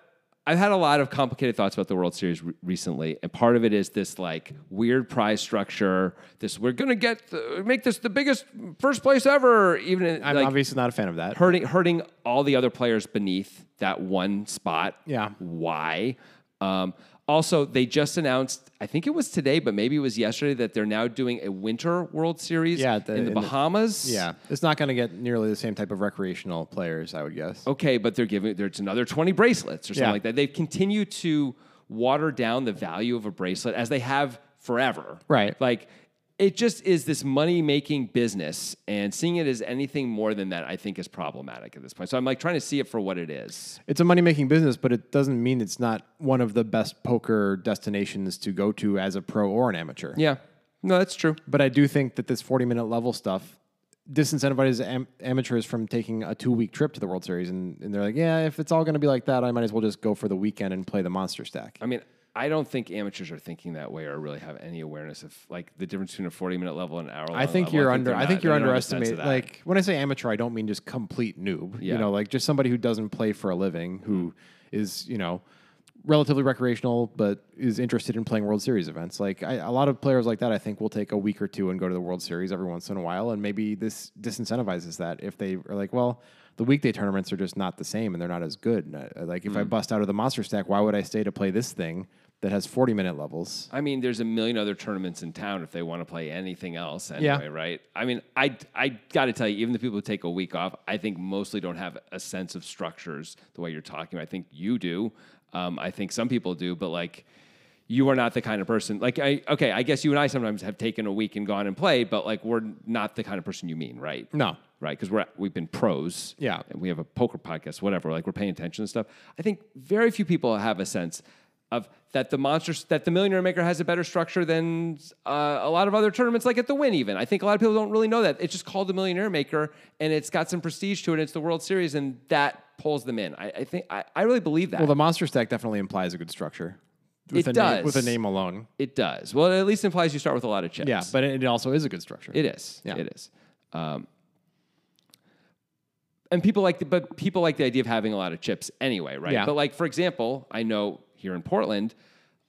Speaker 1: I've had a lot of complicated thoughts about the World Series re- recently, and part of it is this like weird prize structure. This we're gonna get the, make this the biggest first place ever. Even in,
Speaker 2: I'm
Speaker 1: like,
Speaker 2: obviously not a fan of that.
Speaker 1: hurting hurting all the other players beneath that one spot.
Speaker 2: Yeah.
Speaker 1: Why? Um, also, they just announced, I think it was today, but maybe it was yesterday, that they're now doing a winter World Series
Speaker 2: Yeah, the-
Speaker 1: in the
Speaker 2: in the-
Speaker 1: Bahamas.
Speaker 2: yeah, it's not going to get nearly the same type of recreational players, I would guess.
Speaker 1: Okay, but they're giving there's another 20 bracelets or something
Speaker 2: Yeah.
Speaker 1: like that. They've continued to water down the value of a bracelet as they have forever.
Speaker 2: Right.
Speaker 1: Like it just is this money making business and seeing it as anything more than that I think is problematic at this point. So I'm like trying to see it for what it is.
Speaker 2: It's a money making business, but it doesn't mean it's not one of the best poker destinations to go to as a pro or an amateur.
Speaker 1: Yeah. No, that's true.
Speaker 2: But I do think that this 40 minute level stuff disincentivizes am- amateurs from taking a two week trip to the World Series. And, and they're like, yeah, if it's all going to be like that, I might as well just go for the weekend and play the monster stack.
Speaker 1: I mean, I don't think amateurs are thinking that way or really have any awareness of like the difference between a 40 minute level and an hour.
Speaker 2: I think you're under. I think you're underestimating.
Speaker 1: Like,
Speaker 2: Like when I say amateur, I don't mean just complete noob.
Speaker 1: Yeah.
Speaker 2: You know, like just somebody who doesn't play for a living, who is you know relatively recreational, but is interested in playing World Series events. Like I, a lot of players like that, I think will take a week or two and go to the World Series every once in a while, and maybe this disincentivizes that if they are like, well. The weekday tournaments are just not the same, and they're not as good. And I- Like if I bust out of the monster stack, why would I stay to play this thing that has forty minute levels?
Speaker 1: I mean, there's a million other tournaments in town if they want to play anything else
Speaker 2: Yeah.
Speaker 1: anyway, right? I mean, I, I got to tell you, even the people who take a week off, I think mostly don't have a sense of structures the way you're talking about. I think you do. Um, I think some people do, but like, you are not the kind of person like I okay, I guess you and I sometimes have taken a week and gone and played, but like we're not the kind of person you mean, right?
Speaker 2: No.
Speaker 1: right? Because we're we've been pros,
Speaker 2: Yeah.
Speaker 1: and we have a poker podcast, whatever. Like we're paying attention and stuff. I think very few people have a sense of that the monster that the millionaire maker has a better structure than uh, a lot of other tournaments like at the win even i think a lot of people don't really know that it's just called the millionaire maker and it's got some prestige to it and it's the world series and that pulls them in i, I think I, I really believe that
Speaker 2: Well, the monster stack definitely implies a good structure.
Speaker 1: It
Speaker 2: With a
Speaker 1: does.
Speaker 2: Name, with a name alone.
Speaker 1: it does well it at least implies you start with a lot of chips
Speaker 2: Yeah, but it also is a good structure.
Speaker 1: It is.
Speaker 2: Yeah.
Speaker 1: It is. Um, and people like, the, but people like the idea of having a lot of chips anyway, right?
Speaker 2: Yeah.
Speaker 1: But like, for example, I know here in Portland,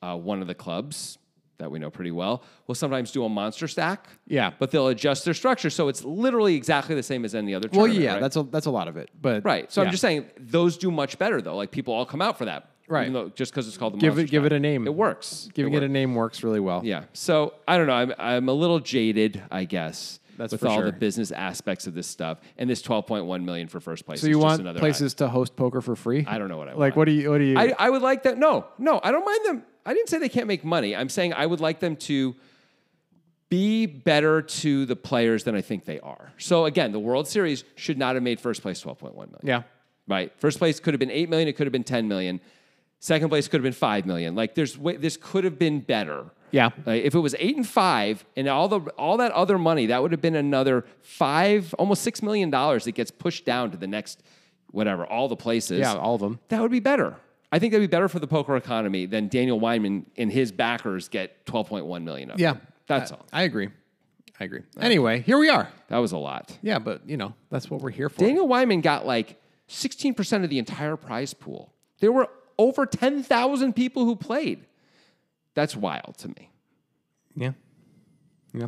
Speaker 1: uh, one of the clubs that we know pretty well will sometimes do a monster stack.
Speaker 2: Yeah.
Speaker 1: But they'll adjust their structure so it's literally exactly the same as any other.
Speaker 2: well,
Speaker 1: tournament,
Speaker 2: yeah,
Speaker 1: right?
Speaker 2: that's a that's a lot of it. But
Speaker 1: right. So
Speaker 2: yeah.
Speaker 1: I'm just saying those do much better though. Like people all come out for that,
Speaker 2: Right.
Speaker 1: even though- just because it's called the
Speaker 2: give
Speaker 1: monster
Speaker 2: it give
Speaker 1: stack.
Speaker 2: it a name.
Speaker 1: It works.
Speaker 2: Giving
Speaker 1: it
Speaker 2: it, a name works really well.
Speaker 1: yeah. So I don't know. I'm I'm a little jaded, I guess.
Speaker 2: That's
Speaker 1: with
Speaker 2: for
Speaker 1: all the
Speaker 2: sure.
Speaker 1: business aspects of this stuff, and this 12.1 million for first place.
Speaker 2: So
Speaker 1: is
Speaker 2: you
Speaker 1: just
Speaker 2: want
Speaker 1: another
Speaker 2: places to host poker for free?
Speaker 1: I don't know what I
Speaker 2: like.
Speaker 1: want.
Speaker 2: What do you? What do you?
Speaker 1: I, I would like that. No, no, I don't mind them. I didn't say they can't make money. I'm saying I would like them to be better to the players than I think they are. So again, the World Series should not have made first place 12.1 million.
Speaker 2: yeah.
Speaker 1: Right. First place could have been 8 million, it could have been 10 million. Second place could have been 5 million. Like there's wa- this could have been better.
Speaker 2: Yeah.
Speaker 1: Like, if it was 8 and 5 and all the all that other money, that would have been another 5 almost 6 million dollars that gets pushed down to the next whatever, all the places.
Speaker 2: Yeah, all of them.
Speaker 1: That would be better. I think that'd be better for the poker economy than Daniel Weinman and his backers get 12.1 million of. it.
Speaker 2: Yeah.
Speaker 1: That's
Speaker 2: I,
Speaker 1: all.
Speaker 2: I agree. I agree. Anyway, here we are.
Speaker 1: That was a lot.
Speaker 2: Yeah, but you know that's what we're here for.
Speaker 1: Daniel Wyman got like 16% of the entire prize pool. There were over 10,000 people who played. That's wild to me.
Speaker 2: Yeah. Yeah.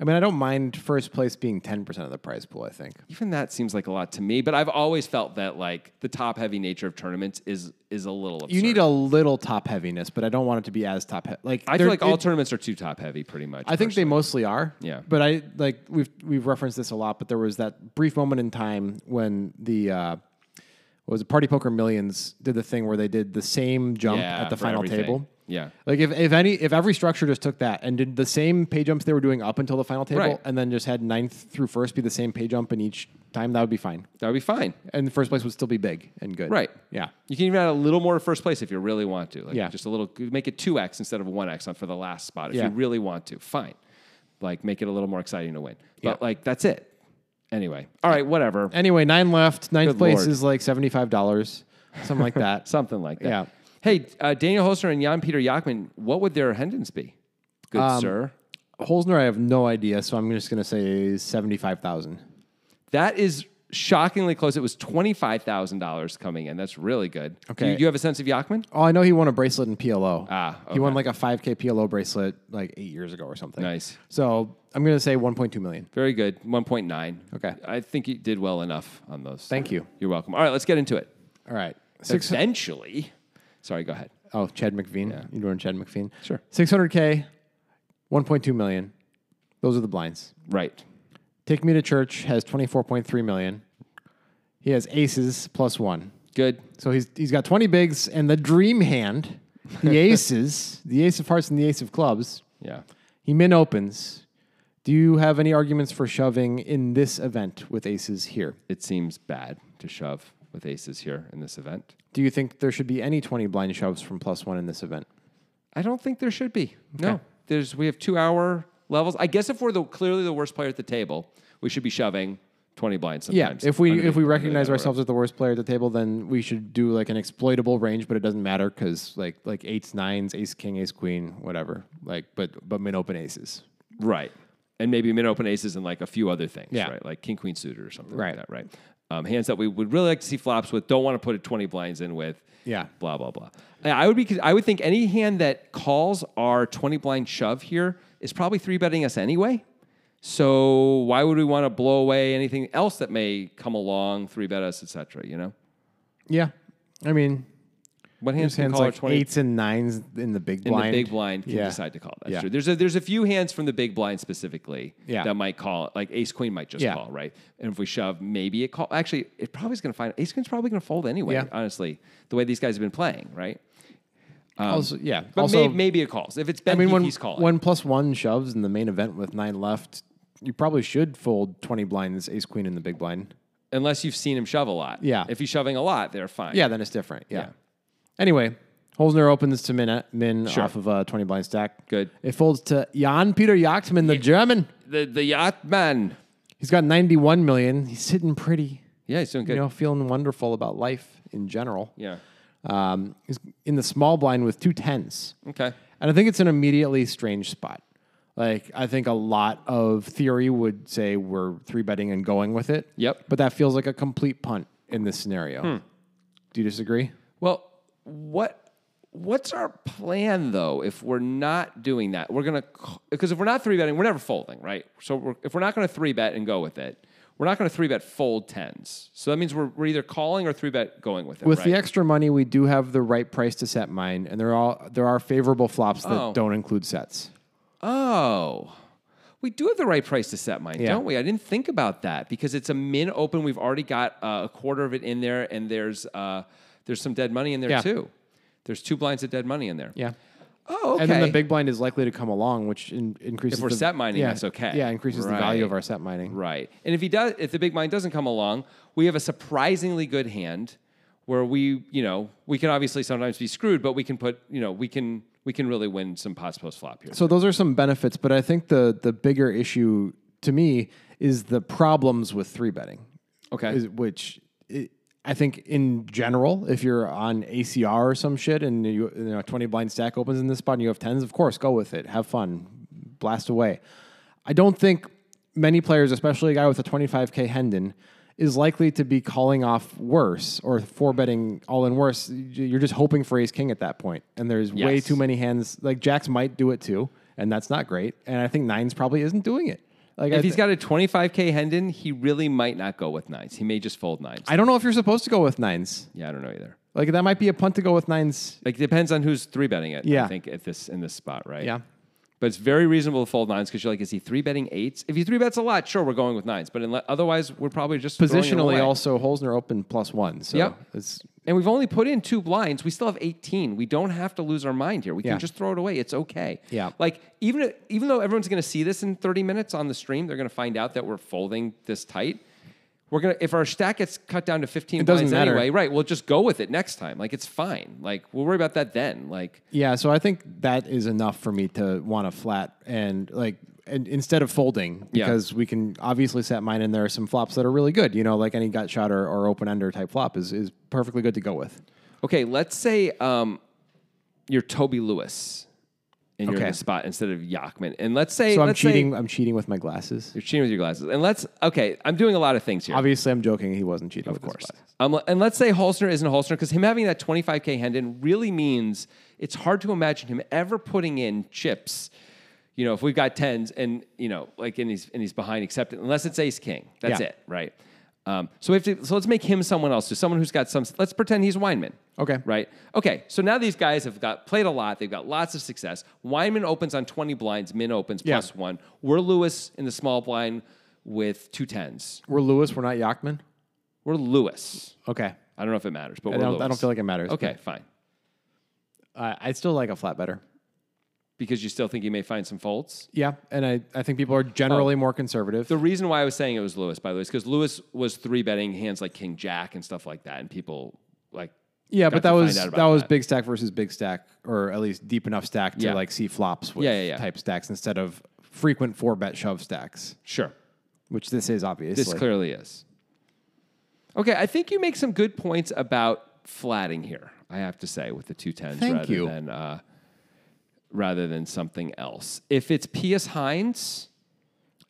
Speaker 2: I mean, I don't mind first place being ten percent of the prize pool. I think.
Speaker 1: Even that seems like a lot to me, but I've always felt that like the top heavy nature of tournaments is is a little absurd.
Speaker 2: You need a little top heaviness, but I don't want it to be as top heavy. Like
Speaker 1: I feel
Speaker 2: they're-
Speaker 1: like all
Speaker 2: it-
Speaker 1: tournaments are too top heavy pretty much.
Speaker 2: I think they mostly are.
Speaker 1: Yeah.
Speaker 2: But I like we've we've referenced this a lot, but there was that brief moment in time when the uh, what was it Party Poker Millions did the thing where they did the same jump
Speaker 1: Yeah,
Speaker 2: at the
Speaker 1: for
Speaker 2: final
Speaker 1: everything.
Speaker 2: table.
Speaker 1: Yeah.
Speaker 2: Like if, if any if every structure just took that and did the same pay jumps they were doing up until the final table
Speaker 1: Right.
Speaker 2: and then just had ninth through first be the same pay jump in each time, that would be fine.
Speaker 1: that would be fine.
Speaker 2: And the first place would still be big and good.
Speaker 1: Right.
Speaker 2: Yeah.
Speaker 1: You can even add a little more first place if you really want to. Like
Speaker 2: Yeah.
Speaker 1: just a little make it 2x instead of a 1x on for the last spot if
Speaker 2: Yeah.
Speaker 1: you really want to. Fine. Like make it a little more exciting to win. But like that's it. Anyway. All right, whatever.
Speaker 2: Anyway, nine left. Ninth
Speaker 1: Good
Speaker 2: place
Speaker 1: lord.
Speaker 2: is like seventy five dollars, something like that.
Speaker 1: Something like that.
Speaker 2: Yeah.
Speaker 1: Hey, uh, Daniel Holster and Jan Peter Yachman, what would their Hendons be? Good
Speaker 2: Um,
Speaker 1: sir.
Speaker 2: Holzner, I have no idea, so I'm just going to say 75,000.
Speaker 1: That is shockingly close. It was $25,000 coming in. That's really good. Do
Speaker 2: Okay.
Speaker 1: you- Do you have a sense of Yachman?
Speaker 2: Oh, I know he won a bracelet in PLO.
Speaker 1: Ah,
Speaker 2: He won like a 5K PLO bracelet like eight years ago or something.
Speaker 1: Nice.
Speaker 2: So I'm going to say 1.2 million.
Speaker 1: Very good. 1.9.
Speaker 2: Okay.
Speaker 1: I think you did well enough on those.
Speaker 2: Thank you.
Speaker 1: You're welcome. All right, let's get into it.
Speaker 2: All right. Six,
Speaker 1: Eventually. Sorry, go ahead.
Speaker 2: oh, Chad McVean. You doing Chad McVean?
Speaker 1: Sure.
Speaker 2: 600K, 1.2 million. Those are the blinds.
Speaker 1: Right.
Speaker 2: Take Me to Church has 24.3 million. He has aces plus one.
Speaker 1: Good.
Speaker 2: So he's he's got 20 bigs and the dream hand, the aces, the ace of hearts and the ace of clubs.
Speaker 1: Yeah.
Speaker 2: He min opens. Do you have any arguments for shoving in this event with aces here?
Speaker 1: It seems bad to shove with aces here in this event.
Speaker 2: Do you think there should be any 20 blind shoves from plus one in this event?
Speaker 1: I don't think there should be. No, there's we have two hour levels. I guess if we're the clearly the worst player at the table, we should be shoving twenty blinds.
Speaker 2: Yeah,
Speaker 1: Sometimes
Speaker 2: if we
Speaker 1: under the-
Speaker 2: if we
Speaker 1: under the
Speaker 2: recognize
Speaker 1: network.
Speaker 2: ourselves as the worst player at the table, then we should do like an exploitable range, but it doesn't matter because like like eights, nines, ace king, ace queen, whatever. Like, but but min open aces.
Speaker 1: right, and maybe mid open aces and like a few other things,
Speaker 2: Yeah.
Speaker 1: right, like king queen suited or something
Speaker 2: Right.
Speaker 1: like that, right? Um, hands that we would really like to see flops with, don't want to put it twenty blinds in with.
Speaker 2: Yeah.
Speaker 1: blah blah blah. I- I would be I would think any hand that calls our twenty blind shove here is probably three betting us anyway. So why would we want to blow away anything else that may come along, three bet us, etc. You know.
Speaker 2: Yeah, I mean,
Speaker 1: What hands
Speaker 2: there's
Speaker 1: can
Speaker 2: hands
Speaker 1: call our
Speaker 2: like
Speaker 1: 20
Speaker 2: eights and nines in the big
Speaker 1: in
Speaker 2: blind.
Speaker 1: the big blind can
Speaker 2: Yeah.
Speaker 1: decide to call. That's
Speaker 2: Yeah.
Speaker 1: true. There's a there's a few hands from the big blind specifically
Speaker 2: Yeah.
Speaker 1: that might call. Like ace queen might just
Speaker 2: Yeah.
Speaker 1: call, right? And if we shove, maybe it call. Actually, it probably is going to find ace queen's probably going to fold anyway.
Speaker 2: Yeah.
Speaker 1: Honestly, the way these guys have been playing, right?
Speaker 2: also, yeah.
Speaker 1: um, But
Speaker 2: also,
Speaker 1: may- maybe it calls. If it's Ben,
Speaker 2: I mean,
Speaker 1: Heath,
Speaker 2: when,
Speaker 1: he's calling.
Speaker 2: when plus one shoves in the main event with nine left, you probably should fold 20 blinds, ace queen in the big blind.
Speaker 1: unless you've seen him shove a lot.
Speaker 2: Yeah.
Speaker 1: If he's shoving a lot, they're fine.
Speaker 2: Yeah, then it's different. Yeah.
Speaker 1: Yeah.
Speaker 2: Anyway, Holzner opens to Min, Min off of a 20 blind stack.
Speaker 1: Good.
Speaker 2: It folds to Jan Peter Yachtman, the German.
Speaker 1: The the yacht man.
Speaker 2: He's got 91 million. He's sitting pretty,
Speaker 1: Yeah, he's doing good.
Speaker 2: you know, feeling wonderful about life in general.
Speaker 1: yeah.
Speaker 2: Um, he's in the small blind with two tens.
Speaker 1: Okay.
Speaker 2: And I think it's an immediately strange spot. Like, I think a lot of theory would say we're three betting and going with it.
Speaker 1: Yep.
Speaker 2: But that feels like a complete punt in this scenario. Do you disagree?
Speaker 1: Well, what what's our plan though if we're not doing that? We're gonna because if we're not three betting, we're never folding, right? So we're, if we're not gonna three bet and go with it, we're not gonna three bet fold tens. So that means we're, we're either calling or three bet going with it.
Speaker 2: With
Speaker 1: right?
Speaker 2: the extra money, we do have the right price to set mine, and there are there are favorable flops that
Speaker 1: Oh.
Speaker 2: don't include sets.
Speaker 1: Oh. We do have the right price to set mine,
Speaker 2: Yeah.
Speaker 1: don't we? I didn't think about that because it's a min open. We've already got uh, a quarter of it in there, and there's uh, there's some dead money in there
Speaker 2: Yeah.
Speaker 1: too. There's two blinds of dead money in there.
Speaker 2: Yeah.
Speaker 1: Oh, okay.
Speaker 2: And then the big blind is likely to come along, which in, increases.
Speaker 1: If we're
Speaker 2: the,
Speaker 1: set mining,
Speaker 2: yeah,
Speaker 1: that's okay.
Speaker 2: Yeah, increases the value of
Speaker 1: Right.
Speaker 2: our set mining.
Speaker 1: Right. And if he does, if the big blind doesn't come along, we have a surprisingly good hand where we, you know, we can obviously sometimes be screwed, but we can put, you know, we can we can really win some pots post flop here.
Speaker 2: So those are some benefits, but I think the the bigger issue to me is the problems with three betting.
Speaker 1: Okay.
Speaker 2: Is- which i I think in general, if you're on ACR or some shit and you, you know twenty blind stack opens in this spot and you have tens, of course go with it, have fun, blast away. I don't think many players, especially a guy with a twenty five k Hendon. Is likely to be calling off worse or four betting all in worse. You're just hoping for ace king at that point, and there's way
Speaker 1: Yes.
Speaker 2: too many hands. Like jacks might do it too, and that's not great. And I think nines probably isn't doing it. Like I
Speaker 1: If
Speaker 2: thi-
Speaker 1: he's got a 25K Hendon, he really might not go with nines. He may just fold nines.
Speaker 2: I don't know if you're supposed to go with nines.
Speaker 1: yeah, I don't know either.
Speaker 2: Like that might be a punt to go with nines.
Speaker 1: Like depends on who's three betting it. I
Speaker 2: Yeah.
Speaker 1: think at this in this spot, right?
Speaker 2: Yeah.
Speaker 1: But it's very reasonable to fold nines because you're like, is he three betting eights? If he three bets a lot, sure, we're going with nines. But unle- otherwise, we're probably just throwing it away.
Speaker 2: Positionally, also Holzner open plus one. So
Speaker 1: Yep.
Speaker 2: it's
Speaker 1: And we've only put in two blinds. We still have 18. We don't have to lose our mind here. We
Speaker 2: Yeah.
Speaker 1: can just throw it away. It's okay.
Speaker 2: Yeah.
Speaker 1: Like even if- even though everyone's going to see this in 30 minutes on the stream, they're going to find out that we're folding this tight. We're gonna if our stack gets cut down to 15
Speaker 2: It doesn't
Speaker 1: blinds
Speaker 2: matter.
Speaker 1: anyway, right? We'll just go with it next time. Like it's fine. Like we'll worry about that then. Like
Speaker 2: yeah. So I think that is enough for me to want a flat and like and instead of folding
Speaker 1: Yeah.
Speaker 2: because we can obviously set mine and there are some flops that are really good. You know, like any gut shot or, or open ender type flop is is perfectly good to go with.
Speaker 1: okay, let's say um, you're Toby Lewis and you're in
Speaker 2: Okay.
Speaker 1: the spot instead of Yachman, and let's say
Speaker 2: So I'm
Speaker 1: let's say
Speaker 2: cheating. I'm cheating with my glasses.
Speaker 1: you're cheating with your glasses, and let's okay, I'm doing a lot of things here.
Speaker 2: Obviously, I'm joking. He wasn't cheating.
Speaker 1: Of course. Um, and let's say Holstner isn't Holstner because him having that 25K Hendon really means it's hard to imagine him ever putting in chips. You know, if we've got tens and, you know, like, and he's, and he's behind acceptance, unless it's ace king. That's
Speaker 2: Yeah.
Speaker 1: it, right? Um, so we have to, so let's make him someone else, so someone who's got some, let's pretend he's Weinman.
Speaker 2: Okay.
Speaker 1: Right? Okay. So now these guys have got played a lot. They've got lots of success. Weinman opens on 20 blinds, Min opens
Speaker 2: Yeah.
Speaker 1: plus one. We're Lewis in the small blind with two tens.
Speaker 2: We're Lewis. We're not Yachman.
Speaker 1: We're Lewis.
Speaker 2: Okay.
Speaker 1: I don't know if it matters, but
Speaker 2: I
Speaker 1: we're
Speaker 2: don't,
Speaker 1: Lewis.
Speaker 2: I don't feel like it matters.
Speaker 1: Okay, fine.
Speaker 2: but, Uh, I still like a flat better.
Speaker 1: Because you still think you may find some folds.
Speaker 2: Yeah, and I, I think people are generally more conservative.
Speaker 1: Oh. The reason why I was saying it was Lewis, by the way, is because Lewis was three betting hands like King Jack and stuff like that, and people like
Speaker 2: Yeah,
Speaker 1: got
Speaker 2: but
Speaker 1: to
Speaker 2: that
Speaker 1: find
Speaker 2: was
Speaker 1: out
Speaker 2: that,
Speaker 1: about
Speaker 2: was
Speaker 1: that.
Speaker 2: big stack versus big stack, or at least deep enough stack to
Speaker 1: Yeah.
Speaker 2: like see flops with
Speaker 1: Yeah, yeah, yeah.
Speaker 2: type stacks instead of frequent four bet shove stacks,
Speaker 1: sure.
Speaker 2: which this is obviously.
Speaker 1: This clearly is. Okay, I think you make some good points about flatting here. I have to say with the two tens
Speaker 2: Thank
Speaker 1: rather
Speaker 2: you.
Speaker 1: than uh, rather than something else. If it's P.S. Hines,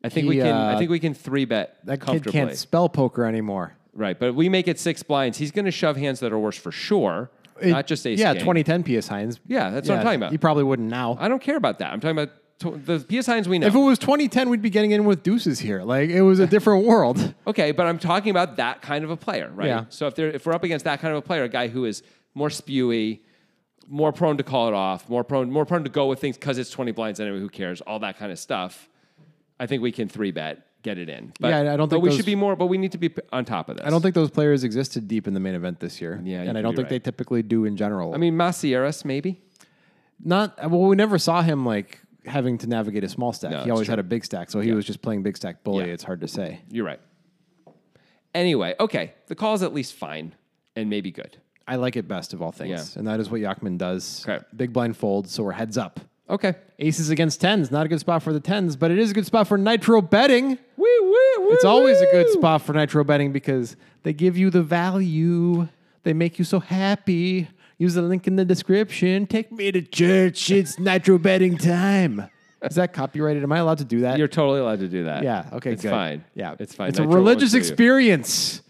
Speaker 1: I think we
Speaker 2: He,
Speaker 1: can. I
Speaker 2: uh,
Speaker 1: think we can three bet
Speaker 2: that kid
Speaker 1: comfortably.
Speaker 2: can't spell poker anymore.
Speaker 1: Right, but we make it six blinds. He's going to shove hands that are worse for sure, not
Speaker 2: It-
Speaker 1: just ace.
Speaker 2: Yeah,
Speaker 1: king.
Speaker 2: 2010 PS Hines.
Speaker 1: Yeah, that's what I'm talking about.
Speaker 2: You probably wouldn't now.
Speaker 1: I don't care about that. I'm talking about tw the PS Hines we know.
Speaker 2: if it was 2010, we'd be getting in with deuces here. Like it was a different world.
Speaker 1: okay, but I'm talking about that kind of a player, right?
Speaker 2: Yeah.
Speaker 1: So if they're if we're up against that kind of a player, a guy who is more spewy, more prone to call it off, more prone more prone to go with things because it's 20 blinds anyway. Who cares? All that kind of stuff. I think we can three bet, get it in. But,
Speaker 2: Yeah, I don't
Speaker 1: But
Speaker 2: think
Speaker 1: we
Speaker 2: those-
Speaker 1: should be more. But we need to be p- on top of this.
Speaker 2: I don't think those players existed deep in the main event this year.
Speaker 1: Yeah, you
Speaker 2: and I
Speaker 1: could
Speaker 2: don't
Speaker 1: be
Speaker 2: think they
Speaker 1: right.
Speaker 2: typically do in general.
Speaker 1: I mean, Masieras maybe.
Speaker 2: not well we never saw him like having to navigate a small stack
Speaker 1: No,
Speaker 2: he
Speaker 1: that's
Speaker 2: always
Speaker 1: true.
Speaker 2: had a big stack so he was just playing big stack bully
Speaker 1: Yeah.
Speaker 2: it's hard to say
Speaker 1: You're right. Anyway, okay, the call's at least fine and maybe good.
Speaker 2: I like it best of all things,
Speaker 1: Yeah.
Speaker 2: and that is what Yachman does.
Speaker 1: Okay.
Speaker 2: Big blind folds, so we're heads up.
Speaker 1: Okay.
Speaker 2: Aces against tens, not a good spot for the tens, but it is a good spot for nitro betting.
Speaker 1: Woo, woo, woo,
Speaker 2: It's always a good
Speaker 1: woo.
Speaker 2: spot for nitro betting because they give you the value. They make you so happy. Use the link in the description. Take me to church. It's nitro betting time. Is that copyrighted? Am I allowed to do that?
Speaker 1: You're totally allowed to do that.
Speaker 2: yeah. Okay.
Speaker 1: It's
Speaker 2: good.
Speaker 1: fine.
Speaker 2: Yeah.
Speaker 1: It's fine.
Speaker 2: It's a
Speaker 1: Nitro won't
Speaker 2: religious
Speaker 1: sue you.
Speaker 2: experience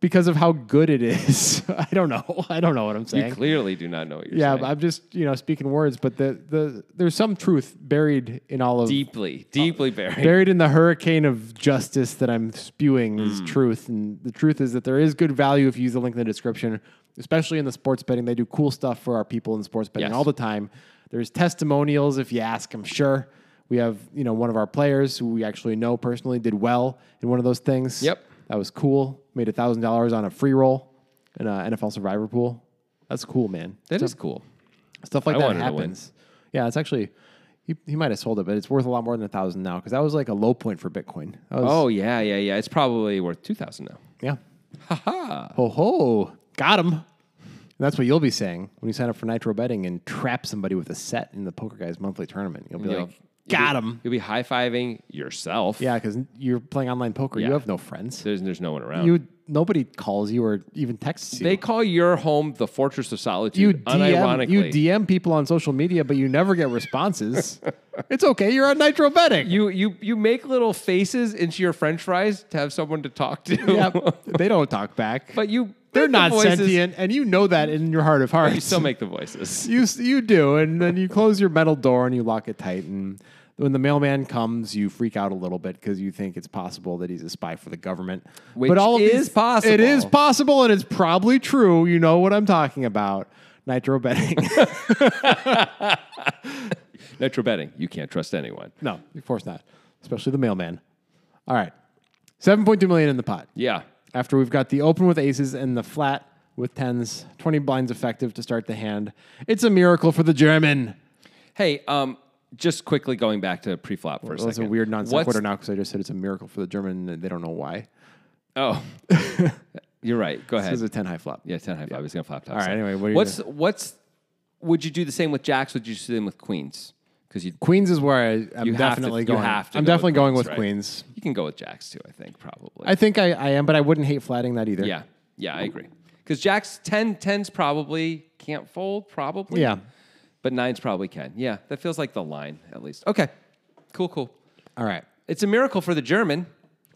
Speaker 2: because of how good it is. I don't know. I don't know what I'm saying.
Speaker 1: You clearly do not know what you're
Speaker 2: yeah,
Speaker 1: saying.
Speaker 2: I'm just you know speaking words, but the the there's some truth buried in all of
Speaker 1: deeply, deeply
Speaker 2: Oh.
Speaker 1: buried.
Speaker 2: buried in the hurricane of justice that I'm spewing is
Speaker 1: Mm.
Speaker 2: truth. And the truth is that there is good value if you use the link in the description, especially in the sports betting. They do cool stuff for our people in sports betting
Speaker 1: Yes.
Speaker 2: all the time. There's testimonials if you ask, I'm sure. We have, you know, one of our players who we actually know personally did well in one of those things.
Speaker 1: Yep.
Speaker 2: That was cool. Made a thousand dollars on a free roll in a NFL survivor pool. That's cool, man.
Speaker 1: That
Speaker 2: So-
Speaker 1: is cool.
Speaker 2: Stuff like
Speaker 1: I
Speaker 2: that
Speaker 1: wanted to win.
Speaker 2: happens. Yeah, it's actually he, he might have sold it, but it's worth a lot more than a thousand now because that was like a low point for Bitcoin. That was-
Speaker 1: Oh yeah, yeah, yeah. It's probably worth two thousand now.
Speaker 2: yeah. Ha Ho ho, got him. And that's what you'll be saying when you sign up for Nitro Betting and trap somebody with a set in the Poker Guys monthly tournament. You'll be
Speaker 1: You'll-
Speaker 2: like, got him.
Speaker 1: You'll be high fiving yourself.
Speaker 2: Yeah, because you're playing online poker. You
Speaker 1: Yeah.
Speaker 2: have no friends.
Speaker 1: There's there's no one around.
Speaker 2: You nobody calls you or even texts you.
Speaker 1: they call your home the fortress of
Speaker 2: you
Speaker 1: solitude.
Speaker 2: DM,
Speaker 1: unironically.
Speaker 2: you DM people on social media, but you never get responses. it's okay. You're on Nitro Betting.
Speaker 1: you you you make little faces into your French fries to have someone to talk to.
Speaker 2: yep. they don't talk back.
Speaker 1: but you
Speaker 2: they're
Speaker 1: make the
Speaker 2: not
Speaker 1: voices.
Speaker 2: sentient, and you know that in your heart of hearts.
Speaker 1: You still make the voices.
Speaker 2: you s- you do, and then you close your metal door and you lock it tight. And when the mailman comes, you freak out a little bit because you think it's possible that he's a spy for the government.
Speaker 1: Which is
Speaker 2: It is
Speaker 1: possible.
Speaker 2: possible, and it's probably true. You know what I'm talking about. Nitro betting.
Speaker 1: Nitro betting. You can't trust anyone.
Speaker 2: no, of course not, especially the mailman. All right, seven point two million in the pot.
Speaker 1: Yeah.
Speaker 2: after we've got the open with aces and the flat with tens, 20 blinds effective to start the hand. It's a miracle for the German.
Speaker 1: Hey, um, just quickly going back to pre-flop for a
Speaker 2: Well,
Speaker 1: second.
Speaker 2: that's a weird non
Speaker 1: What's-
Speaker 2: sequitur now because I just said it's a miracle for the German and they don't know why.
Speaker 1: Oh, you're right. Go ahead.
Speaker 2: This is a 10 high flop.
Speaker 1: Yeah, ten high five. He's gonna flop top.
Speaker 2: All right,
Speaker 1: side.
Speaker 2: anyway, what are you
Speaker 1: what's what's? Would you do the same with jacks? Would you do the same with queens? Because you
Speaker 2: Queens is where I, I'm
Speaker 1: You have to-
Speaker 2: definitely
Speaker 1: you
Speaker 2: going.
Speaker 1: have to
Speaker 2: I'm
Speaker 1: go with
Speaker 2: definitely going
Speaker 1: queens,
Speaker 2: with
Speaker 1: right?
Speaker 2: queens.
Speaker 1: you can go with jacks too. I think probably.
Speaker 2: I think I, I am, but I wouldn't hate flatting that either.
Speaker 1: yeah, yeah, I agree. Because jacks 10, 10s probably can't fold. Probably.
Speaker 2: Yeah.
Speaker 1: But nines probably can. Yeah, that feels like the line at least. Okay, cool, cool.
Speaker 2: All right.
Speaker 1: It's a miracle for the German.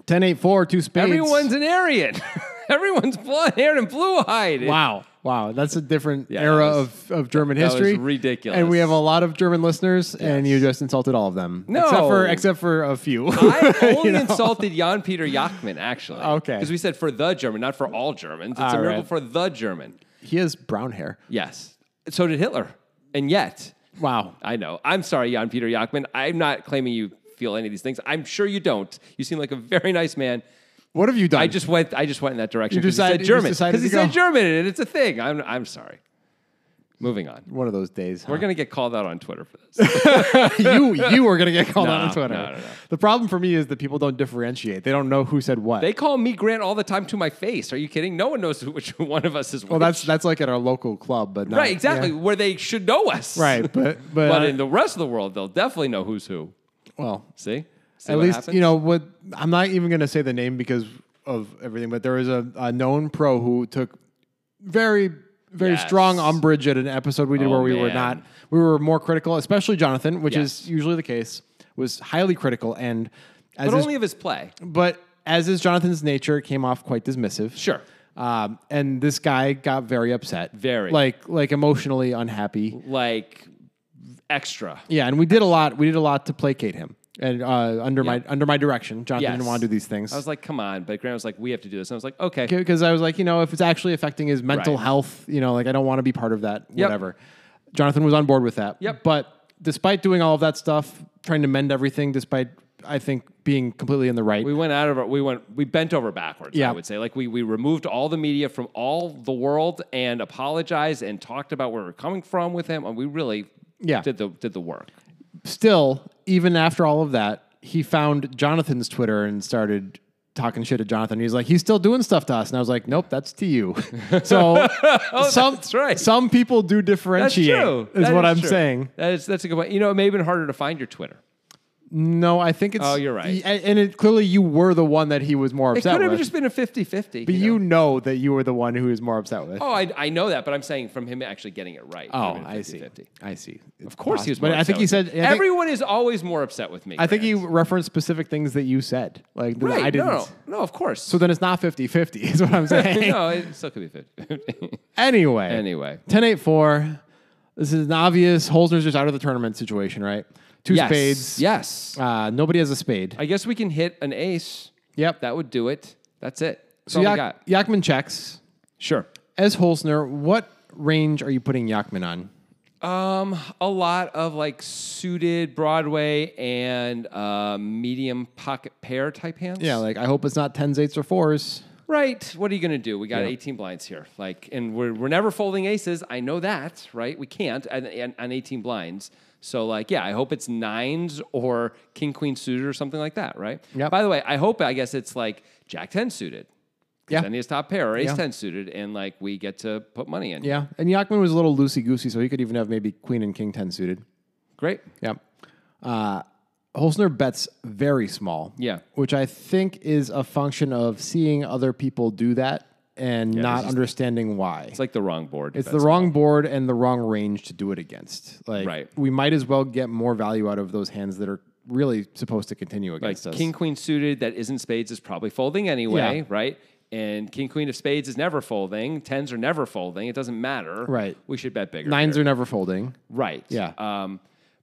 Speaker 2: 10, 8, 4, two spades.
Speaker 1: Everyone's an Aryan. Everyone's blonde haired and blue eyed.
Speaker 2: Wow. Wow. That's a different
Speaker 1: Yeah, that
Speaker 2: era
Speaker 1: was-
Speaker 2: of, of German
Speaker 1: that was
Speaker 2: history.
Speaker 1: ridiculous.
Speaker 2: And we have a lot of German listeners, and you just insulted all of them. Except for,
Speaker 1: No.
Speaker 2: except for a few.
Speaker 1: I only insulted Jan Peter Yachman, actually.
Speaker 2: Okay.
Speaker 1: Because we said for the German, not for all Germans. It's
Speaker 2: All
Speaker 1: a miracle
Speaker 2: right.
Speaker 1: for the German.
Speaker 2: He has brown hair.
Speaker 1: Yes. So did Hitler. And yet,
Speaker 2: Wow.
Speaker 1: I know. I'm sorry, Jan Peter Yachman. I'm not claiming you feel any of these things. I'm sure you don't. You seem like a very nice man.
Speaker 2: What have you done?
Speaker 1: I just went. I just went in that direction.
Speaker 2: You
Speaker 1: 'cause
Speaker 2: decided-
Speaker 1: he
Speaker 2: you
Speaker 1: said German.
Speaker 2: just decided
Speaker 1: Because he
Speaker 2: to
Speaker 1: said
Speaker 2: go.
Speaker 1: German, and it's a thing. I'm. I'm sorry. Moving on.
Speaker 2: one of those days.
Speaker 1: We're gonna get called out on Twitter for this.
Speaker 2: you you are gonna get called out
Speaker 1: No,
Speaker 2: on Twitter.
Speaker 1: no, no, no.
Speaker 2: The problem for me is that people don't differentiate. They don't know who said what.
Speaker 1: They call me Grant all the time to my face. Are you kidding? No one knows who- which one of us is.
Speaker 2: well, that's that's like at our local club, but not,
Speaker 1: right. Exactly
Speaker 2: yeah.
Speaker 1: where they should know us.
Speaker 2: Right, but but,
Speaker 1: But
Speaker 2: uh,
Speaker 1: in the rest of the world, they'll definitely know who's who.
Speaker 2: well,
Speaker 1: See. See
Speaker 2: at
Speaker 1: what
Speaker 2: least
Speaker 1: happens?
Speaker 2: you know what. I'm not even gonna say the name because of everything, but there was a, a known pro who took very very
Speaker 1: Yes.
Speaker 2: strong umbrage at an episode we did
Speaker 1: Oh,
Speaker 2: where we were
Speaker 1: man.
Speaker 2: not we were more critical, especially Jonathan, which is
Speaker 1: Yes.
Speaker 2: usually the case, was highly critical and as
Speaker 1: But
Speaker 2: his
Speaker 1: only of his play.
Speaker 2: but as is Jonathan's nature, it came off quite dismissive.
Speaker 1: Sure.
Speaker 2: Um, and this guy got very upset,
Speaker 1: Very.
Speaker 2: like like emotionally unhappy.
Speaker 1: Like extra.
Speaker 2: Yeah, and we did a lot. We did a lot to placate him, and uh, under my under my direction, Jonathan didn't
Speaker 1: Yes.
Speaker 2: want to do these things.
Speaker 1: I was like, come on. But Grant was like, we have to do this. And I was like, okay.
Speaker 2: because I was like, you know, if it's actually affecting his mental
Speaker 1: Right.
Speaker 2: health, you know, like I don't want to be part of that.
Speaker 1: Yep.
Speaker 2: Whatever. Jonathan was on board with that.
Speaker 1: Yep.
Speaker 2: But despite doing all of that stuff, trying to mend everything, despite I think being completely in the right.
Speaker 1: We went out of our, we went, we bent over backwards,
Speaker 2: Yeah.
Speaker 1: I would say. Like we, we removed all the media from all the world and apologized and talked about where we're coming from with him. And we really
Speaker 2: Yeah.
Speaker 1: did the, did the work.
Speaker 2: still, even after all of that, he found Jonathan's Twitter and started talking shit to Jonathan. He's like, he's still doing stuff to us, and I was like, nope, that's to you. so some
Speaker 1: Oh, that's right.
Speaker 2: some people do
Speaker 1: That's
Speaker 2: differentiate.
Speaker 1: true.
Speaker 2: Is
Speaker 1: That
Speaker 2: what I'm
Speaker 1: true.
Speaker 2: saying.
Speaker 1: That is that's a good point. You know, it may have been harder to find your Twitter.
Speaker 2: No, I think it's.
Speaker 1: Oh, you're right.
Speaker 2: y- And and it, clearly, you were the one that he was more
Speaker 1: It
Speaker 2: upset
Speaker 1: could have
Speaker 2: with.
Speaker 1: just been a 50-50.
Speaker 2: but
Speaker 1: you know?
Speaker 2: you know that you were the one who was more upset with.
Speaker 1: Oh, I, I know that, but I'm saying from him actually getting it right. it could have been 50-50.
Speaker 2: Oh, I see.
Speaker 1: Of course, he was.
Speaker 2: But
Speaker 1: more
Speaker 2: I
Speaker 1: upset
Speaker 2: think he
Speaker 1: with
Speaker 2: said.
Speaker 1: me.
Speaker 2: I think-
Speaker 1: everyone is always more upset with me.
Speaker 2: I think he
Speaker 1: Grant.
Speaker 2: referenced specific things that you said. Like that
Speaker 1: Right?
Speaker 2: I didn't.
Speaker 1: No, no, no, of course.
Speaker 2: So then it's not 50-50 is what I'm saying.
Speaker 1: no, it still could be 50.
Speaker 2: Anyway.
Speaker 1: Anyway.
Speaker 2: 10-8-4. This is an obvious Holzner's just out of the tournament situation, right? Two
Speaker 1: yes.
Speaker 2: spades.
Speaker 1: Yes.
Speaker 2: Uh, nobody has a spade.
Speaker 1: I guess we can hit an ace.
Speaker 2: yep.
Speaker 1: That would do it. That's it. That's
Speaker 2: so
Speaker 1: all we got.
Speaker 2: Yak- Yakman checks.
Speaker 1: Sure.
Speaker 2: As Holzner, what range are you putting Yakman on?
Speaker 1: Um, a lot of like suited Broadway and uh, medium pocket pair type hands.
Speaker 2: Yeah, like I hope it's not 10s, 8s, or 4s.
Speaker 1: Right. What are you going to do? We got
Speaker 2: Yeah.
Speaker 1: 18 blinds here. Like, and we're, we're never folding aces. I know that, right? We can't and, and, on 18 blinds. So, like, yeah, I hope it's nines or king queen suited or something like that, right?
Speaker 2: Yep.
Speaker 1: By the way, I hope, I guess it's like jack 10 suited. 'Cause
Speaker 2: Yeah.
Speaker 1: Then he has top pair or ace
Speaker 2: Yeah.
Speaker 1: 10 suited, and like we get to put money in.
Speaker 2: Yeah. And Yakman was a little loosey-goosey, so he could even have maybe queen and king 10 suited.
Speaker 1: Great.
Speaker 2: Yeah. Uh, Holzner bets very small.
Speaker 1: Yeah.
Speaker 2: Which I think is a function of seeing other people do that and not understanding why.
Speaker 1: It's like the wrong board.
Speaker 2: It's the wrong board and the wrong range to do it against. Like
Speaker 1: Right.
Speaker 2: we might as well get more value out of those hands that are really supposed to continue
Speaker 1: Like
Speaker 2: against us.
Speaker 1: king queen suited that isn't spades is probably folding anyway,
Speaker 2: Yeah.
Speaker 1: right? And king queen of spades is never folding. Tens are never folding. It doesn't matter.
Speaker 2: Right.
Speaker 1: We should bet bigger.
Speaker 2: Nines
Speaker 1: here.
Speaker 2: are never folding.
Speaker 1: right.
Speaker 2: Yeah.
Speaker 1: Um,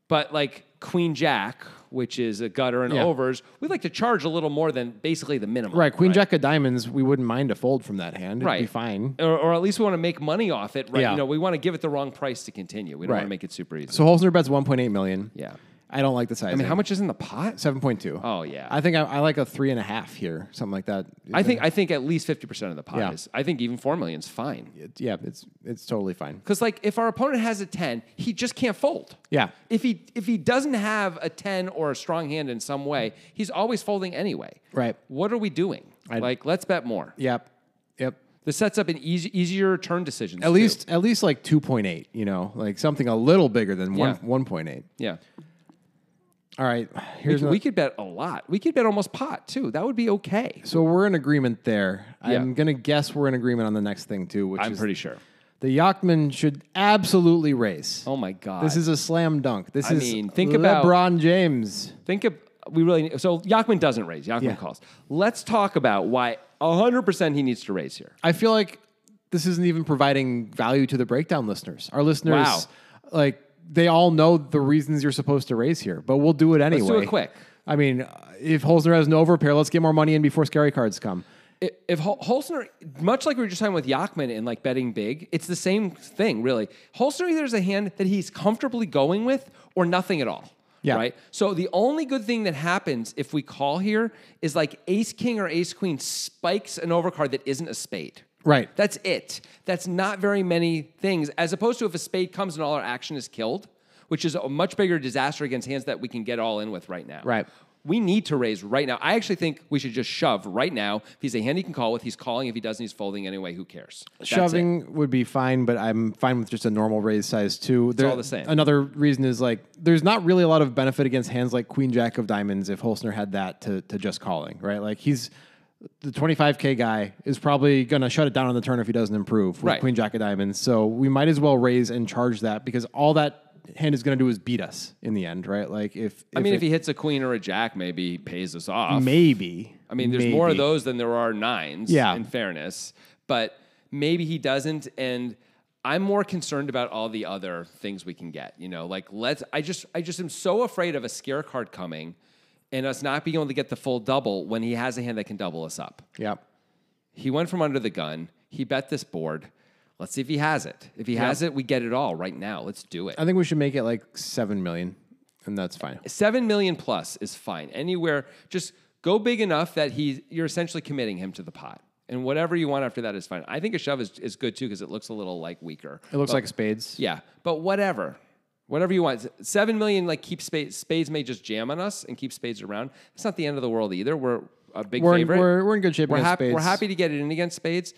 Speaker 1: but like queen jack, which is a gutter and
Speaker 2: Yeah.
Speaker 1: overs, we like to charge a little more than basically the minimum.
Speaker 2: Right. Queen jack of diamonds, we wouldn't mind a fold from that hand. It'd
Speaker 1: Right. Uh,
Speaker 2: be fine.
Speaker 1: Or, or at least we want to make money off it. Right.
Speaker 2: Yeah.
Speaker 1: You know, we want to give it the wrong price to continue. We don't want
Speaker 2: Right.
Speaker 1: to make it super easy.
Speaker 2: So Holzner bets 1.8 million.
Speaker 1: yeah.
Speaker 2: I don't like the size.
Speaker 1: I mean, how much is in the pot?
Speaker 2: 7.2.
Speaker 1: Oh, yeah.
Speaker 2: I think I, I like a three and a half here, something like that.
Speaker 1: I think I think at least fifty percent of the pot
Speaker 2: Yeah.
Speaker 1: is. I think even four million is fine.
Speaker 2: It- yeah, it's it's totally fine.
Speaker 1: Because like if our opponent has a ten, he just can't fold.
Speaker 2: Yeah.
Speaker 1: If he if he doesn't have a ten or a strong hand in some way, he's always folding anyway.
Speaker 2: Right.
Speaker 1: What are we doing?
Speaker 2: I-
Speaker 1: like let's bet more.
Speaker 2: Yep, yep.
Speaker 1: This sets up an easy, easier turn decision.
Speaker 2: At least at least like two point eight. You know, like something a little bigger than one
Speaker 1: Yeah.
Speaker 2: one point eight.
Speaker 1: yeah.
Speaker 2: All right,
Speaker 1: We
Speaker 2: here's
Speaker 1: could,
Speaker 2: another-
Speaker 1: we could bet a lot. We could bet almost pot too. That would be okay.
Speaker 2: so we're in agreement there.
Speaker 1: Yeah.
Speaker 2: I'm gonna guess we're in agreement on the next thing too, which
Speaker 1: I'm
Speaker 2: is
Speaker 1: pretty sure.
Speaker 2: the Yachman should absolutely race.
Speaker 1: Oh my god.
Speaker 2: This is a slam dunk. This
Speaker 1: I
Speaker 2: is
Speaker 1: mean, think about-
Speaker 2: LeBron James.
Speaker 1: Think of we really so Yachman doesn't raise. Yachman
Speaker 2: Yeah.
Speaker 1: calls. Let's talk about why 100% he needs to raise here.
Speaker 2: I feel like this isn't even providing value to the breakdown listeners. Our listeners,
Speaker 1: Wow.
Speaker 2: like, they all know the reasons you're supposed to raise here, but we'll do it anyway.
Speaker 1: do it quick.
Speaker 2: I mean, uh, if Holzner has an overpair, let's get more money in before scary cards come.
Speaker 1: I- if Hol- Holstner, much like we were just talking with Yachman and like betting big, it's the same thing, really. Holstner either has a hand that he's comfortably going with or nothing at all.
Speaker 2: Yeah.
Speaker 1: Right. So the only good thing that happens if we call here is like ace king or ace queen spikes an overcard that isn't a spade.
Speaker 2: Right.
Speaker 1: That's it. That's not very many things, as opposed to if a spade comes and all our action is killed, which is a much bigger disaster against hands that we can get all in with right now.
Speaker 2: Right.
Speaker 1: We need to raise right now. I actually think we should just shove right now. If he's a hand he can call with, he's calling. If he doesn't, he's folding anyway. Who cares? That's it.
Speaker 2: Shoving would be fine, but I'm fine with just a normal raise size too. It's
Speaker 1: all the same.
Speaker 2: Another reason is like there's not really a lot of benefit against hands like Queen Jack of Diamonds if Holzner had that to, to just calling, right? Like he's the 25k guy is probably gonna shut it down on the turn if he doesn't improve with
Speaker 1: Right.
Speaker 2: Queen Jack of Diamonds. So we might as well raise and charge that because all that hand is gonna do is beat us in the end, right? Like if,
Speaker 1: I mean, if he hits a queen or a jack, maybe he pays us off.
Speaker 2: maybe.
Speaker 1: I mean, there's more of
Speaker 2: maybe.
Speaker 1: those than there are nines,
Speaker 2: Yeah.
Speaker 1: in fairness. But maybe he doesn't. And I'm more concerned about all the other things we can get. You know, like let's I just I just am so afraid of a scare card coming and us not being able to get the full double when he has a hand that can double us up.
Speaker 2: Yeah.
Speaker 1: He went from under the gun. He bet this board. Let's see if he has it. If he has it, we get it all right now. Let's do it.
Speaker 2: I think we should make it like seven million, and that's fine.
Speaker 1: Seven million plus is fine. Anywhere, just go big enough that he you're essentially committing him to the pot. And whatever you want after that is fine. I think a shove is, is good too because it looks a little like weaker.
Speaker 2: It looks like spades.
Speaker 1: Yeah, but whatever. Whatever you want. Seven million, like keep spades. Spades may just jam on us and keep spades around. It's not the end of the world either. We're a big
Speaker 2: We're in,
Speaker 1: favorite.
Speaker 2: we're, we're in good shape.
Speaker 1: We're
Speaker 2: against
Speaker 1: happy. We're
Speaker 2: spades.
Speaker 1: happy to get it in against spades.